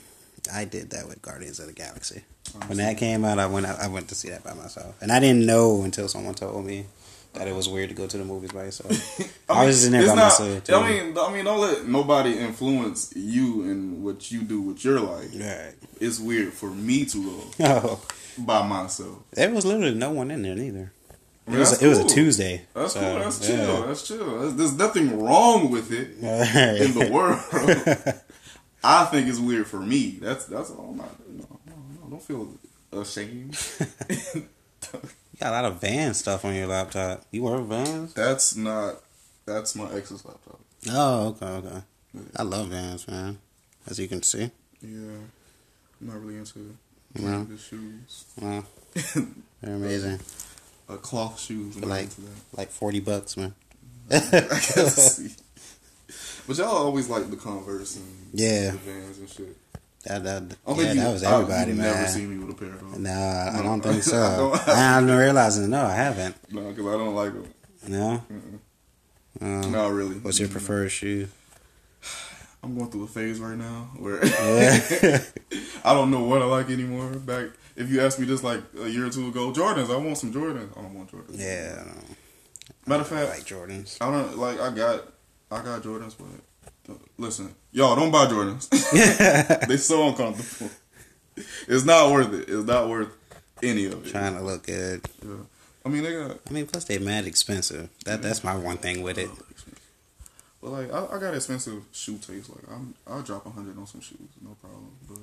[SPEAKER 1] I did that with Guardians of the Galaxy.
[SPEAKER 2] I'm
[SPEAKER 1] When that came out, I went out, I went to see that by myself, and I didn't know until someone told me that it was weird to go to the movies by yourself. I was just in there
[SPEAKER 2] it's
[SPEAKER 1] by
[SPEAKER 2] not-
[SPEAKER 1] myself, too.
[SPEAKER 2] I mean, I mean, don't let nobody influence you and what you do with your life.
[SPEAKER 1] right?
[SPEAKER 2] It's weird for me to go
[SPEAKER 1] Oh,
[SPEAKER 2] by myself.
[SPEAKER 1] there was literally no one in there neither. It
[SPEAKER 2] I mean,
[SPEAKER 1] was
[SPEAKER 2] that's
[SPEAKER 1] it was a
[SPEAKER 2] cool.
[SPEAKER 1] Tuesday.
[SPEAKER 2] That's
[SPEAKER 1] so,
[SPEAKER 2] cool. That's
[SPEAKER 1] yeah.
[SPEAKER 2] chill. That's chill. That's, there's nothing wrong with it
[SPEAKER 1] Alright.
[SPEAKER 2] in the world. I think it's weird for me. That's that's all. I'm not, no, no, no, don't feel ashamed.
[SPEAKER 1] You got a lot of van stuff on your laptop. You wear vans?
[SPEAKER 2] that's not. That's my ex's laptop.
[SPEAKER 1] Oh, okay, okay. I love vans, man. As you can see.
[SPEAKER 2] Yeah, I'm not really into
[SPEAKER 1] No.
[SPEAKER 2] the shoes.
[SPEAKER 1] Wow. They're amazing.
[SPEAKER 2] Uh, cloth shoes. I'm
[SPEAKER 1] But
[SPEAKER 2] not
[SPEAKER 1] like-
[SPEAKER 2] into that.
[SPEAKER 1] Like 40 bucks, man.
[SPEAKER 2] I can see. But y'all always like the Converse and
[SPEAKER 1] Yeah.
[SPEAKER 2] the Vans and shit.
[SPEAKER 1] That, that,
[SPEAKER 2] I don't
[SPEAKER 1] yeah,
[SPEAKER 2] think you-
[SPEAKER 1] that was
[SPEAKER 2] I-
[SPEAKER 1] everybody,
[SPEAKER 2] you've
[SPEAKER 1] man.
[SPEAKER 2] Never seen me with a pair of them.
[SPEAKER 1] no, I, I
[SPEAKER 2] No.
[SPEAKER 1] don't think so.
[SPEAKER 2] I don't-
[SPEAKER 1] I, I'm realizing, no, I haven't.
[SPEAKER 2] No, because I don't like them.
[SPEAKER 1] No?
[SPEAKER 2] Mm-mm.
[SPEAKER 1] Um,
[SPEAKER 2] No, really.
[SPEAKER 1] Uh-huh. What's your
[SPEAKER 2] Mm.
[SPEAKER 1] preferred shoe?
[SPEAKER 2] I'm going through a phase right now where
[SPEAKER 1] Yeah.
[SPEAKER 2] I don't know what I like anymore. Back if you asked me this like a year or two ago, Jordans. I want some Jordans. I don't want Jordans.
[SPEAKER 1] Yeah, I don't know.
[SPEAKER 2] Matter of
[SPEAKER 1] I
[SPEAKER 2] fact,
[SPEAKER 1] like Jordans.
[SPEAKER 2] I don't like. I got I got Jordans, but uh, listen, y'all don't buy Jordans. they so uncomfortable. It's not worth it. It's not worth any of it.
[SPEAKER 1] Trying to look good.
[SPEAKER 2] Yeah. I mean, they got uh,
[SPEAKER 1] I mean, plus they mad expensive. That that's my one thing with it.
[SPEAKER 2] But like, I, I got expensive shoe taste. Like, I'm I'll drop a hundred on some shoes, no problem. But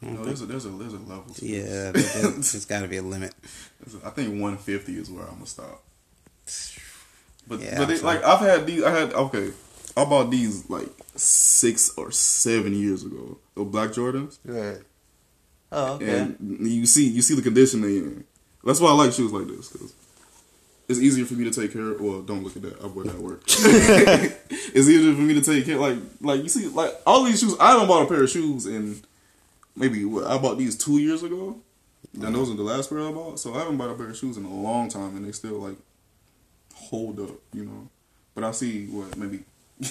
[SPEAKER 1] I
[SPEAKER 2] you
[SPEAKER 1] don't
[SPEAKER 2] know,
[SPEAKER 1] think-
[SPEAKER 2] there's a there's a there's a level. To
[SPEAKER 1] Mm-hmm. Yeah, but
[SPEAKER 2] this.
[SPEAKER 1] there's there's got to be a limit.
[SPEAKER 2] There's a- I think 150 is where I'm gonna stop. But
[SPEAKER 1] Yeah,
[SPEAKER 2] but it,
[SPEAKER 1] absolutely.
[SPEAKER 2] like I've had these. I had okay. I bought these like six or seven years ago. The black Jordans,
[SPEAKER 1] Right. Oh,
[SPEAKER 2] and you see you see the condition they in. That's why I like shoes like this because it's easier for me to take care. of Well, don't look at that. I work at work. it's easier for me to take care. Like like you see like all these shoes. I haven't bought a pair of shoes in maybe what I bought these two years ago. And those are the last pair I bought. So I haven't bought a pair of shoes in a long time, and they still like hold up, you know. But I see what maybe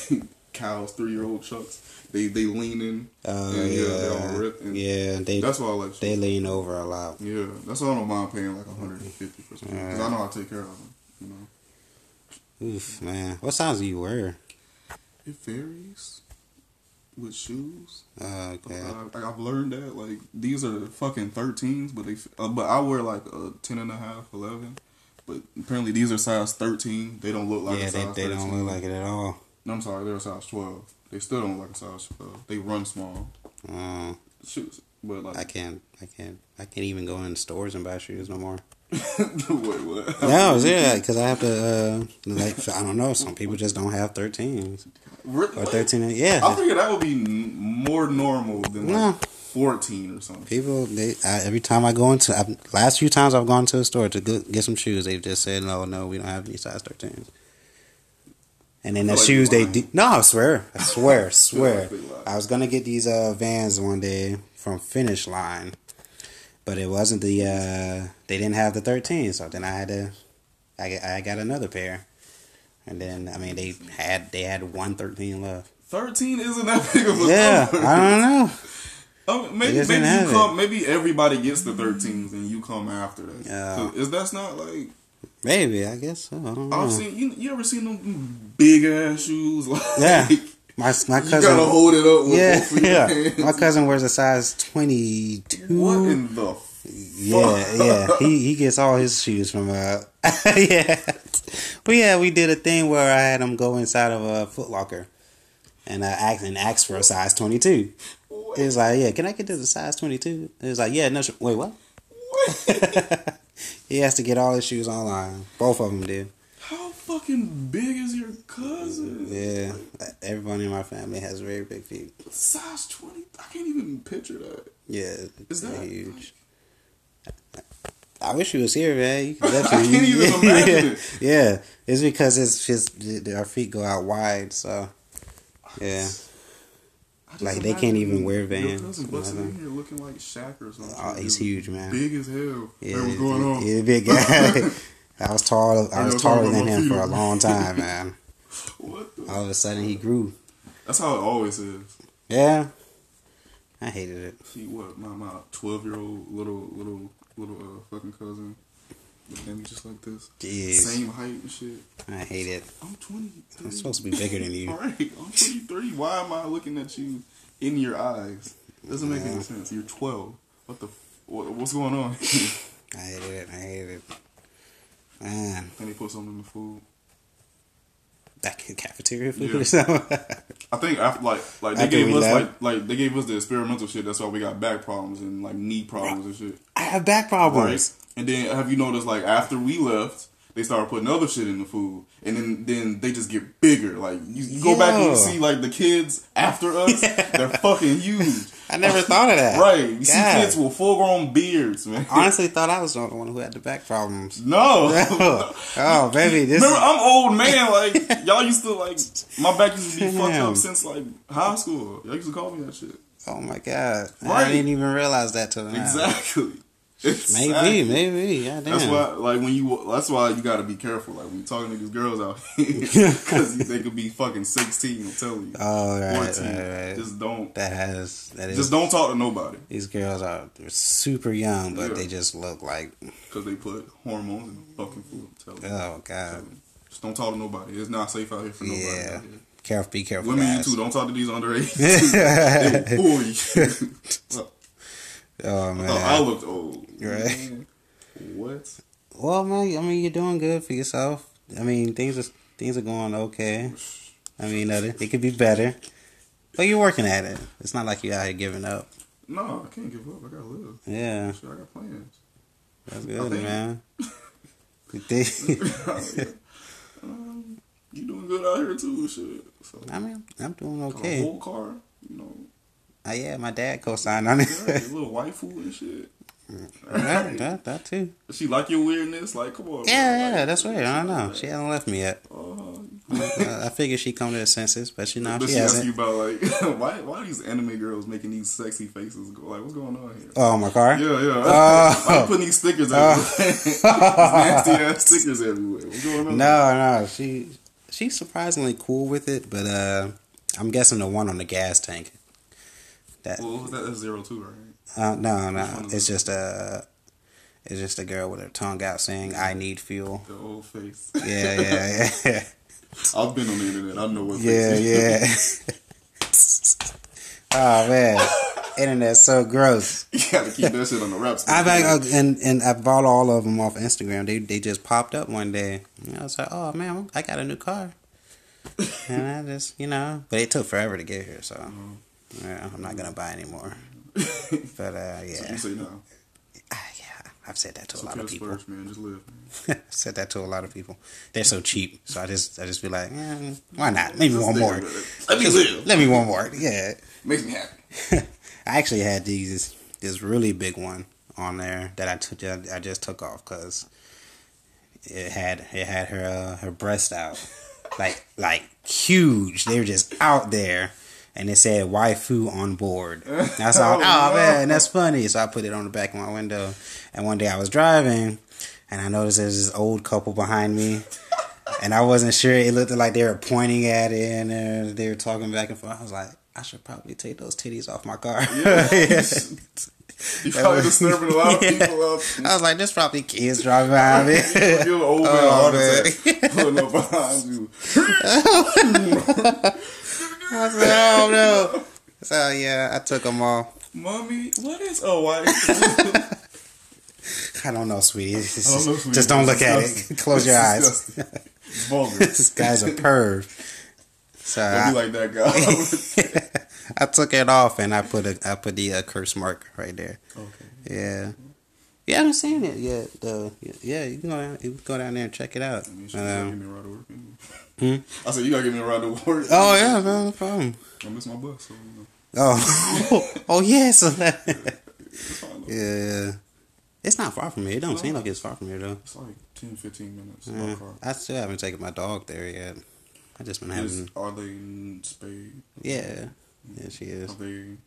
[SPEAKER 2] Kyle's three year old chucks. They they lean in.
[SPEAKER 1] Oh,
[SPEAKER 2] and, yeah, they all
[SPEAKER 1] yeah.
[SPEAKER 2] ripped. And
[SPEAKER 1] yeah, they
[SPEAKER 2] That's why I like.
[SPEAKER 1] they lean over a lot.
[SPEAKER 2] Yeah, that's why I don't mind paying like 150 for some because I know how to take care of them. You know,
[SPEAKER 1] Oof, man. What size do you wear?
[SPEAKER 2] it varies with shoes.
[SPEAKER 1] Oh, okay.
[SPEAKER 2] Uh, I, I've learned that like these are fucking 13s, but they f- uh, but I wear like a 10 and a half, 11. But apparently these are size 13. They don't look like
[SPEAKER 1] yeah,
[SPEAKER 2] a
[SPEAKER 1] they,
[SPEAKER 2] size
[SPEAKER 1] they
[SPEAKER 2] 13.
[SPEAKER 1] don't look like it at all.
[SPEAKER 2] No, I'm sorry, they're a size 12. They still don't look like a size 12. They run small
[SPEAKER 1] Oh,
[SPEAKER 2] shoes, but
[SPEAKER 1] I
[SPEAKER 2] like
[SPEAKER 1] can't, I can't, I can't even go in stores and buy shoes no more.
[SPEAKER 2] wait, what?
[SPEAKER 1] No, seriously, because I have to. Uh, like, I don't know. Some people just don't have thirteens
[SPEAKER 2] Really?
[SPEAKER 1] or thirteen. Yeah,
[SPEAKER 2] I figure that would be n- more normal than like
[SPEAKER 1] No.
[SPEAKER 2] 14 or something.
[SPEAKER 1] People, they I, every time I go into I've, last few times I've gone to a store to go, get some shoes, they've just said, "No, no, we don't have any size 13s." And then the
[SPEAKER 2] I feel like
[SPEAKER 1] shoes
[SPEAKER 2] you're
[SPEAKER 1] they
[SPEAKER 2] lying.
[SPEAKER 1] de- no, I swear, I swear, swear.
[SPEAKER 2] you're lying.
[SPEAKER 1] I was gonna get these uh Vans one day from Finish Line, but it wasn't the uh they didn't have the 13, so then I had to I got- I got another pair, and then I mean they had they had one 13 left.
[SPEAKER 2] 13 isn't that big of a
[SPEAKER 1] Yeah, I
[SPEAKER 2] number.
[SPEAKER 1] don't know.
[SPEAKER 2] Um, maybe
[SPEAKER 1] It doesn't
[SPEAKER 2] maybe you
[SPEAKER 1] have
[SPEAKER 2] come. Maybe everybody gets the 13s and you come after that.
[SPEAKER 1] Yeah.
[SPEAKER 2] So Is that's not like
[SPEAKER 1] Maybe I guess so. I don't know.
[SPEAKER 2] I've seen? You, you ever seen them big ass shoes? Like,
[SPEAKER 1] Yeah. My my
[SPEAKER 2] You
[SPEAKER 1] cousin.
[SPEAKER 2] gotta hold it up with
[SPEAKER 1] yeah,
[SPEAKER 2] both of your
[SPEAKER 1] yeah.
[SPEAKER 2] hands.
[SPEAKER 1] My cousin wears a size twenty
[SPEAKER 2] What
[SPEAKER 1] two.
[SPEAKER 2] in the? F-
[SPEAKER 1] Yeah, yeah. He he gets all his shoes from uh yeah. But yeah, we did a thing where I had him go inside of a Foot Locker and I asked and asked for a size twenty two.
[SPEAKER 2] what?
[SPEAKER 1] It was like, yeah, can I get this a size twenty two? It was like, yeah, no, sure. wait, what?
[SPEAKER 2] what?
[SPEAKER 1] He has to get all his shoes online. Both of them did.
[SPEAKER 2] How fucking big is your cousin?
[SPEAKER 1] Yeah, everyone in my family has very big feet.
[SPEAKER 2] Size 20? I can't even picture that.
[SPEAKER 1] Yeah,
[SPEAKER 2] Is
[SPEAKER 1] they're
[SPEAKER 2] that-
[SPEAKER 1] huge. I wish you was here, man. You could definitely-
[SPEAKER 2] can't even imagine it.
[SPEAKER 1] Yeah, it's because it's just our feet go out wide, so yeah.
[SPEAKER 2] I just
[SPEAKER 1] Like, they can't even
[SPEAKER 2] imagine
[SPEAKER 1] wear
[SPEAKER 2] your
[SPEAKER 1] Vans
[SPEAKER 2] cousin
[SPEAKER 1] or
[SPEAKER 2] busting in
[SPEAKER 1] nothing.
[SPEAKER 2] here looking like Shaq or something.
[SPEAKER 1] Oh, he's
[SPEAKER 2] Just
[SPEAKER 1] huge, man.
[SPEAKER 2] Big as hell.
[SPEAKER 1] Yeah,
[SPEAKER 2] Yeah, what's going on?
[SPEAKER 1] yeah, big guy. I was tall. I
[SPEAKER 2] Yeah,
[SPEAKER 1] was
[SPEAKER 2] what's
[SPEAKER 1] taller
[SPEAKER 2] going on
[SPEAKER 1] than
[SPEAKER 2] with
[SPEAKER 1] him for
[SPEAKER 2] you?
[SPEAKER 1] a long time, man.
[SPEAKER 2] What the?
[SPEAKER 1] All of a sudden, he grew.
[SPEAKER 2] That's how it always is.
[SPEAKER 1] Yeah, I hated it.
[SPEAKER 2] He what? My my twelve year old little little little uh, fucking cousin. Looked at me just like this.
[SPEAKER 1] Jeez,
[SPEAKER 2] Same height and shit.
[SPEAKER 1] I hate it.
[SPEAKER 2] I'm 20.
[SPEAKER 1] I'm supposed to be bigger than you.
[SPEAKER 2] Right. I'm 23. Why am I looking at you in your eyes? Doesn't make
[SPEAKER 1] Yeah.
[SPEAKER 2] any sense. You're 12. What the? f- What, what's going on?
[SPEAKER 1] I hated it. I hated it. Man,
[SPEAKER 2] and he put something in the food.
[SPEAKER 1] back in cafeteria food
[SPEAKER 2] Yeah.
[SPEAKER 1] or something.
[SPEAKER 2] I think after like like they
[SPEAKER 1] After
[SPEAKER 2] gave
[SPEAKER 1] we
[SPEAKER 2] us
[SPEAKER 1] left?
[SPEAKER 2] like like they gave us the experimental shit. That's why we got back problems and like knee problems and shit.
[SPEAKER 1] I have back
[SPEAKER 2] Right.
[SPEAKER 1] problems.
[SPEAKER 2] And then have you noticed like after we left, they started putting other shit in the food, and then then they just get bigger. Like you, you go back and you
[SPEAKER 1] Yeah.
[SPEAKER 2] see like the kids after us, they're fucking huge.
[SPEAKER 1] I never thought of that.
[SPEAKER 2] Right, you see
[SPEAKER 1] God.
[SPEAKER 2] kids with full grown beards, man.
[SPEAKER 1] Honestly, thought I was the only one who had the back problems.
[SPEAKER 2] no.
[SPEAKER 1] oh, oh, baby, this.
[SPEAKER 2] Remember, I'm old man. Like y'all used to like my back used to be fucked
[SPEAKER 1] Damn.
[SPEAKER 2] up since like high school. Y'all used to call me that shit.
[SPEAKER 1] oh my god,
[SPEAKER 2] Right.
[SPEAKER 1] I didn't even realize that till now.
[SPEAKER 2] Exactly.
[SPEAKER 1] Maybe, maybe. Yeah, damn.
[SPEAKER 2] That's why, like, when you, that's why you gotta be careful. Like, when you talking to these girls out here, because they could be fucking sixteen. I'm telling you,
[SPEAKER 1] Oh, right,
[SPEAKER 2] fourteen.
[SPEAKER 1] right, right.
[SPEAKER 2] Just don't,
[SPEAKER 1] that has that is.
[SPEAKER 2] just don't talk to nobody
[SPEAKER 1] these girls are they're super young, but
[SPEAKER 2] Yeah.
[SPEAKER 1] they just look like
[SPEAKER 2] because they put hormones in the fucking food. I'm telling you.
[SPEAKER 1] oh god.
[SPEAKER 2] Telling you. Just don't talk to nobody. It's not safe out here for nobody.
[SPEAKER 1] Yeah.
[SPEAKER 2] out here.
[SPEAKER 1] Careful, be careful,
[SPEAKER 2] Women,
[SPEAKER 1] guys.
[SPEAKER 2] you too. Don't talk to these underage. they will bully you.
[SPEAKER 1] oh man.
[SPEAKER 2] oh, I looked old.
[SPEAKER 1] Right.
[SPEAKER 2] Man, What?
[SPEAKER 1] well, man, I mean, you're doing good for yourself. I mean, things are things are going okay. I mean, uh, it could be better, but you're working at it. It's not like you're out here giving up.
[SPEAKER 2] No, I can't give up. I gotta live.
[SPEAKER 1] Yeah,
[SPEAKER 2] Shit, I got plans.
[SPEAKER 1] that's
[SPEAKER 2] I
[SPEAKER 1] good,
[SPEAKER 2] think-
[SPEAKER 1] man. You think-
[SPEAKER 2] um, you doing good out here too, shit. So
[SPEAKER 1] I mean, I'm doing
[SPEAKER 2] got
[SPEAKER 1] okay.
[SPEAKER 2] a whole car, you know,
[SPEAKER 1] Oh, yeah, my dad co-signed on it.
[SPEAKER 2] yeah, a little waifu and shit.
[SPEAKER 1] that, that, that too.
[SPEAKER 2] She like your weirdness, like come on.
[SPEAKER 1] Yeah,
[SPEAKER 2] bro,
[SPEAKER 1] yeah,
[SPEAKER 2] like,
[SPEAKER 1] that's weird. I don't know. She hasn't left me yet.
[SPEAKER 2] Uh,
[SPEAKER 1] I I figured she'd come to her senses, but she not.
[SPEAKER 2] but
[SPEAKER 1] she
[SPEAKER 2] she asked you
[SPEAKER 1] hasn't.
[SPEAKER 2] about like why why are these anime girls making these sexy faces? Go Like what's going on here?
[SPEAKER 1] Oh, my car.
[SPEAKER 2] Yeah, yeah.
[SPEAKER 1] Oh.
[SPEAKER 2] Why you putting these stickers everywhere? these nasty ass stickers everywhere. What's going on?
[SPEAKER 1] No, no, she she's surprisingly cool with it, but uh, I'm guessing the one on the gas tank. That
[SPEAKER 2] Well, what was that? That's zero two, right?
[SPEAKER 1] uh, no,
[SPEAKER 2] Which
[SPEAKER 1] no,
[SPEAKER 2] one is
[SPEAKER 1] it's
[SPEAKER 2] it?
[SPEAKER 1] just a it's just a girl with her tongue out saying "I need fuel."
[SPEAKER 2] The old face.
[SPEAKER 1] Yeah, yeah, yeah,
[SPEAKER 2] I've been on the internet. I know what.
[SPEAKER 1] yeah,
[SPEAKER 2] face it is.
[SPEAKER 1] yeah. oh man, internet's so gross.
[SPEAKER 2] you gotta keep that shit on the wraps.
[SPEAKER 1] I bought, uh, and and I bought all of them off Instagram. They they just popped up one day. And I was like, oh man, I got a new car, and I just you know, but it took forever to get here, so yeah, I'm not gonna buy anymore.
[SPEAKER 2] Mm-hmm. so
[SPEAKER 1] But uh, yeah,
[SPEAKER 2] you say no.
[SPEAKER 1] Ah, yeah, I've said that to
[SPEAKER 2] It's
[SPEAKER 1] a lot
[SPEAKER 2] okay to
[SPEAKER 1] of people.
[SPEAKER 2] splurge, man. Just live. man.
[SPEAKER 1] said that to a lot of people. They're so cheap, so I just I just be like, eh, why not? Maybe
[SPEAKER 2] Just
[SPEAKER 1] one
[SPEAKER 2] think
[SPEAKER 1] more.
[SPEAKER 2] about it. Let me live.
[SPEAKER 1] Let me one more. Yeah.
[SPEAKER 2] Makes me happy.
[SPEAKER 1] I actually had these this really big one on there that I took I just took off because it had it had her uh, her breast out like like huge. They were just out there, and it said waifu on board. And I was like,
[SPEAKER 2] Oh,
[SPEAKER 1] oh,
[SPEAKER 2] no.
[SPEAKER 1] man, that's funny. So I put it on the back of my window, and one day I was driving, and I noticed there's this old couple behind me. And I wasn't sure. It looked like they were pointing at it, and uh, they were talking back and forth. I was like, I should probably take those titties off my car.
[SPEAKER 2] Yeah.
[SPEAKER 1] Yeah.
[SPEAKER 2] You probably disturbing a lot of
[SPEAKER 1] Yeah.
[SPEAKER 2] people out.
[SPEAKER 1] I was like, there's probably kids driving behind me.
[SPEAKER 2] You're an old man,
[SPEAKER 1] Oh,
[SPEAKER 2] heart
[SPEAKER 1] man.
[SPEAKER 2] attack pulling up behind you.
[SPEAKER 1] I was like, oh no. So yeah, I took them all.
[SPEAKER 2] Mommy, what is a wife?
[SPEAKER 1] I don't know, sweetie. It's
[SPEAKER 2] I don't know,
[SPEAKER 1] just-
[SPEAKER 2] sweetie.
[SPEAKER 1] Just don't
[SPEAKER 2] It's
[SPEAKER 1] look at
[SPEAKER 2] disgusting.
[SPEAKER 1] it. Close your
[SPEAKER 2] It's
[SPEAKER 1] eyes.
[SPEAKER 2] disgusting. It's vulgar.
[SPEAKER 1] This guy's a perv. So
[SPEAKER 2] Don't be
[SPEAKER 1] I,
[SPEAKER 2] like that guy.
[SPEAKER 1] uh, I took it off and I put a I put the uh, curse mark right there.
[SPEAKER 2] okay.
[SPEAKER 1] Yeah. you haven't seen it yet, though, yeah, you can go down, you can go down there and check it out.
[SPEAKER 2] I mean, shit, you gotta give
[SPEAKER 1] Um,
[SPEAKER 2] me a ride to work.
[SPEAKER 1] hmm?
[SPEAKER 2] I said you gotta give me a ride to work.
[SPEAKER 1] Oh yeah, man, no problem.
[SPEAKER 2] I miss my bus. So, you know,
[SPEAKER 1] Oh, oh yeah, so that,
[SPEAKER 2] it's, fine, though.
[SPEAKER 1] yeah, it's not far from here. It don't seem like it's far from here though.
[SPEAKER 2] it's like 10, 15 minutes. in
[SPEAKER 1] Yeah,
[SPEAKER 2] my car.
[SPEAKER 1] I still haven't taken my dog there yet. I just been
[SPEAKER 2] Is,
[SPEAKER 1] having
[SPEAKER 2] are they in spade?
[SPEAKER 1] yeah, yeah. She is.
[SPEAKER 2] Have they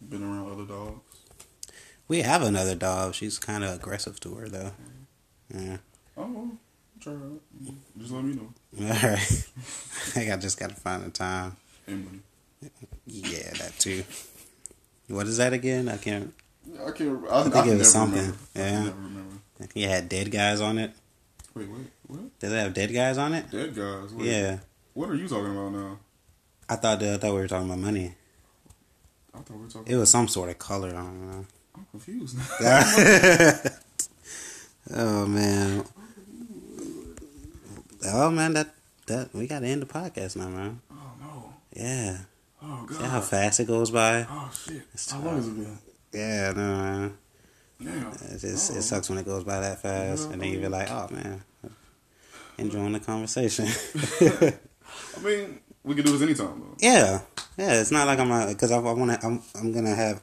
[SPEAKER 2] been around other dogs?
[SPEAKER 1] We have another dog. She's kind of aggressive to her though. Yeah.
[SPEAKER 2] I don't know. Oh, Try it out. Just let me know.
[SPEAKER 1] All right. I think I just gotta find the time.
[SPEAKER 2] Anybody.
[SPEAKER 1] Yeah, that too. What is that again? I can't.
[SPEAKER 2] I can't. I, I,
[SPEAKER 1] think
[SPEAKER 2] can
[SPEAKER 1] it was
[SPEAKER 2] never
[SPEAKER 1] something.
[SPEAKER 2] Remember. I
[SPEAKER 1] Yeah.
[SPEAKER 2] can never remember.
[SPEAKER 1] Yeah, had dead guys on it.
[SPEAKER 2] Wait, wait, what?
[SPEAKER 1] Does it have dead guys on it?
[SPEAKER 2] Dead guys. Wait,
[SPEAKER 1] Yeah.
[SPEAKER 2] What are you talking about now?
[SPEAKER 1] I thought that, I thought we were talking about money.
[SPEAKER 2] I thought we were talking.
[SPEAKER 1] It was some sort of color. I don't know.
[SPEAKER 2] I'm confused now.
[SPEAKER 1] oh man. Oh man, that that we gotta end the podcast now, man.
[SPEAKER 2] oh no.
[SPEAKER 1] Yeah.
[SPEAKER 2] Oh god.
[SPEAKER 1] See how fast it goes by.
[SPEAKER 2] Oh shit.
[SPEAKER 1] It's
[SPEAKER 2] How
[SPEAKER 1] tough.
[SPEAKER 2] long has it been?
[SPEAKER 1] Yeah, no man.
[SPEAKER 2] Damn.
[SPEAKER 1] It's just,
[SPEAKER 2] Oh.
[SPEAKER 1] It sucks when it goes by that fast, and then you be like, oh man, enjoying the conversation.
[SPEAKER 2] I mean, we could do this anytime though.
[SPEAKER 1] yeah, yeah. It's not like I'm because I, I want to. I'm, I'm gonna have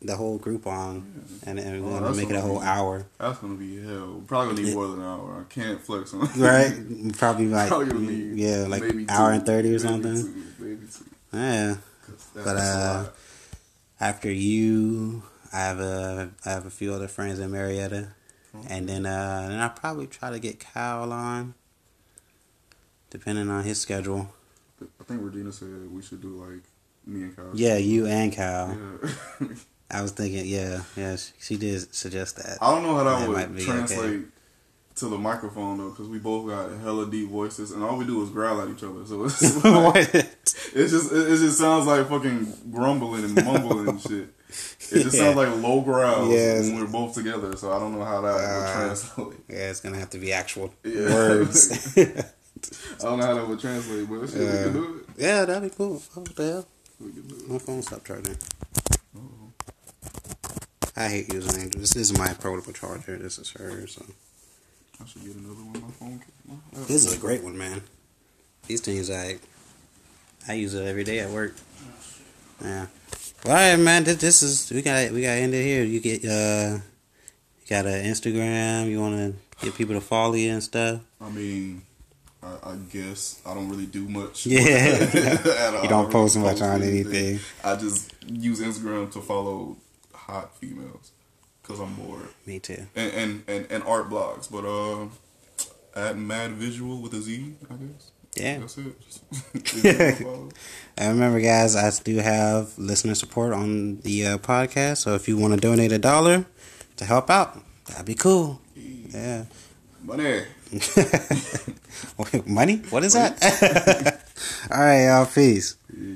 [SPEAKER 1] the whole group on, and, and we're
[SPEAKER 2] Oh,
[SPEAKER 1] gonna
[SPEAKER 2] that's
[SPEAKER 1] make it a
[SPEAKER 2] what
[SPEAKER 1] whole
[SPEAKER 2] we-
[SPEAKER 1] hour,
[SPEAKER 2] That's gonna be hell. Probably gonna need more than an hour. I can't flex on.
[SPEAKER 1] right? Probably like
[SPEAKER 2] Probably gonna need
[SPEAKER 1] yeah, like
[SPEAKER 2] maybe
[SPEAKER 1] hour
[SPEAKER 2] two,
[SPEAKER 1] and thirty or
[SPEAKER 2] maybe
[SPEAKER 1] something.
[SPEAKER 2] Two, maybe two.
[SPEAKER 1] Yeah.
[SPEAKER 2] 'Cause that's
[SPEAKER 1] But,
[SPEAKER 2] a
[SPEAKER 1] uh,
[SPEAKER 2] lot.
[SPEAKER 1] After you, I have a I have a few other friends in Marietta,
[SPEAKER 2] Mm-hmm.
[SPEAKER 1] and then uh, then I probably try to get Kyle on, depending on his schedule.
[SPEAKER 2] I think Regina said we should do like me and Kyle.
[SPEAKER 1] Yeah, you and Kyle.
[SPEAKER 2] Yeah.
[SPEAKER 1] I was thinking, yeah, yeah, she, she did suggest that.
[SPEAKER 2] I don't know how that,
[SPEAKER 1] That might
[SPEAKER 2] would
[SPEAKER 1] be
[SPEAKER 2] translate
[SPEAKER 1] okay.
[SPEAKER 2] to the microphone though, because we both got hella deep voices, and all we do is growl at each other. So it's
[SPEAKER 1] What?
[SPEAKER 2] like, it's just it, it just sounds like fucking grumbling and mumbling and shit. It just
[SPEAKER 1] Yeah.
[SPEAKER 2] sounds like low growls
[SPEAKER 1] Yes.
[SPEAKER 2] when we're both together. So I don't know how that
[SPEAKER 1] Uh,
[SPEAKER 2] would translate.
[SPEAKER 1] Yeah, it's gonna have to be actual
[SPEAKER 2] Yeah.
[SPEAKER 1] words.
[SPEAKER 2] I don't know how that would translate, but shit, we
[SPEAKER 1] Yeah.
[SPEAKER 2] can do it.
[SPEAKER 1] yeah, that'd be cool. Oh, What the hell?
[SPEAKER 2] We can do Oh.
[SPEAKER 1] My phone stopped charging. I hate using Android. This is my portable charger. This is hers. So.
[SPEAKER 2] it. I should get another one. My phone. ca- my-
[SPEAKER 1] This is a great one, man. These things, I I use it every day at work. Yeah. Well, all right, man. This, this is we got we got to end it here. You get uh, you got an Instagram. You want to get people to follow you and stuff.
[SPEAKER 2] I mean, I, I guess I don't really do much.
[SPEAKER 1] Yeah.
[SPEAKER 2] At all.
[SPEAKER 1] You don't
[SPEAKER 2] I
[SPEAKER 1] post
[SPEAKER 2] really
[SPEAKER 1] much on anything.
[SPEAKER 2] I just use Instagram to follow hot females because I'm bored,
[SPEAKER 1] Me too.
[SPEAKER 2] and and, and and art blogs. But uh, at Mad Visual with a Z, I guess.
[SPEAKER 1] Yeah.
[SPEAKER 2] That's it. Is it my follow?
[SPEAKER 1] And remember, guys, I do have listener support on the uh, podcast. So if you want to donate a dollar to help out, that'd be cool. Yeah.
[SPEAKER 2] Money.
[SPEAKER 1] Money? What is that? all right, y'all. Peace.
[SPEAKER 2] Yeah.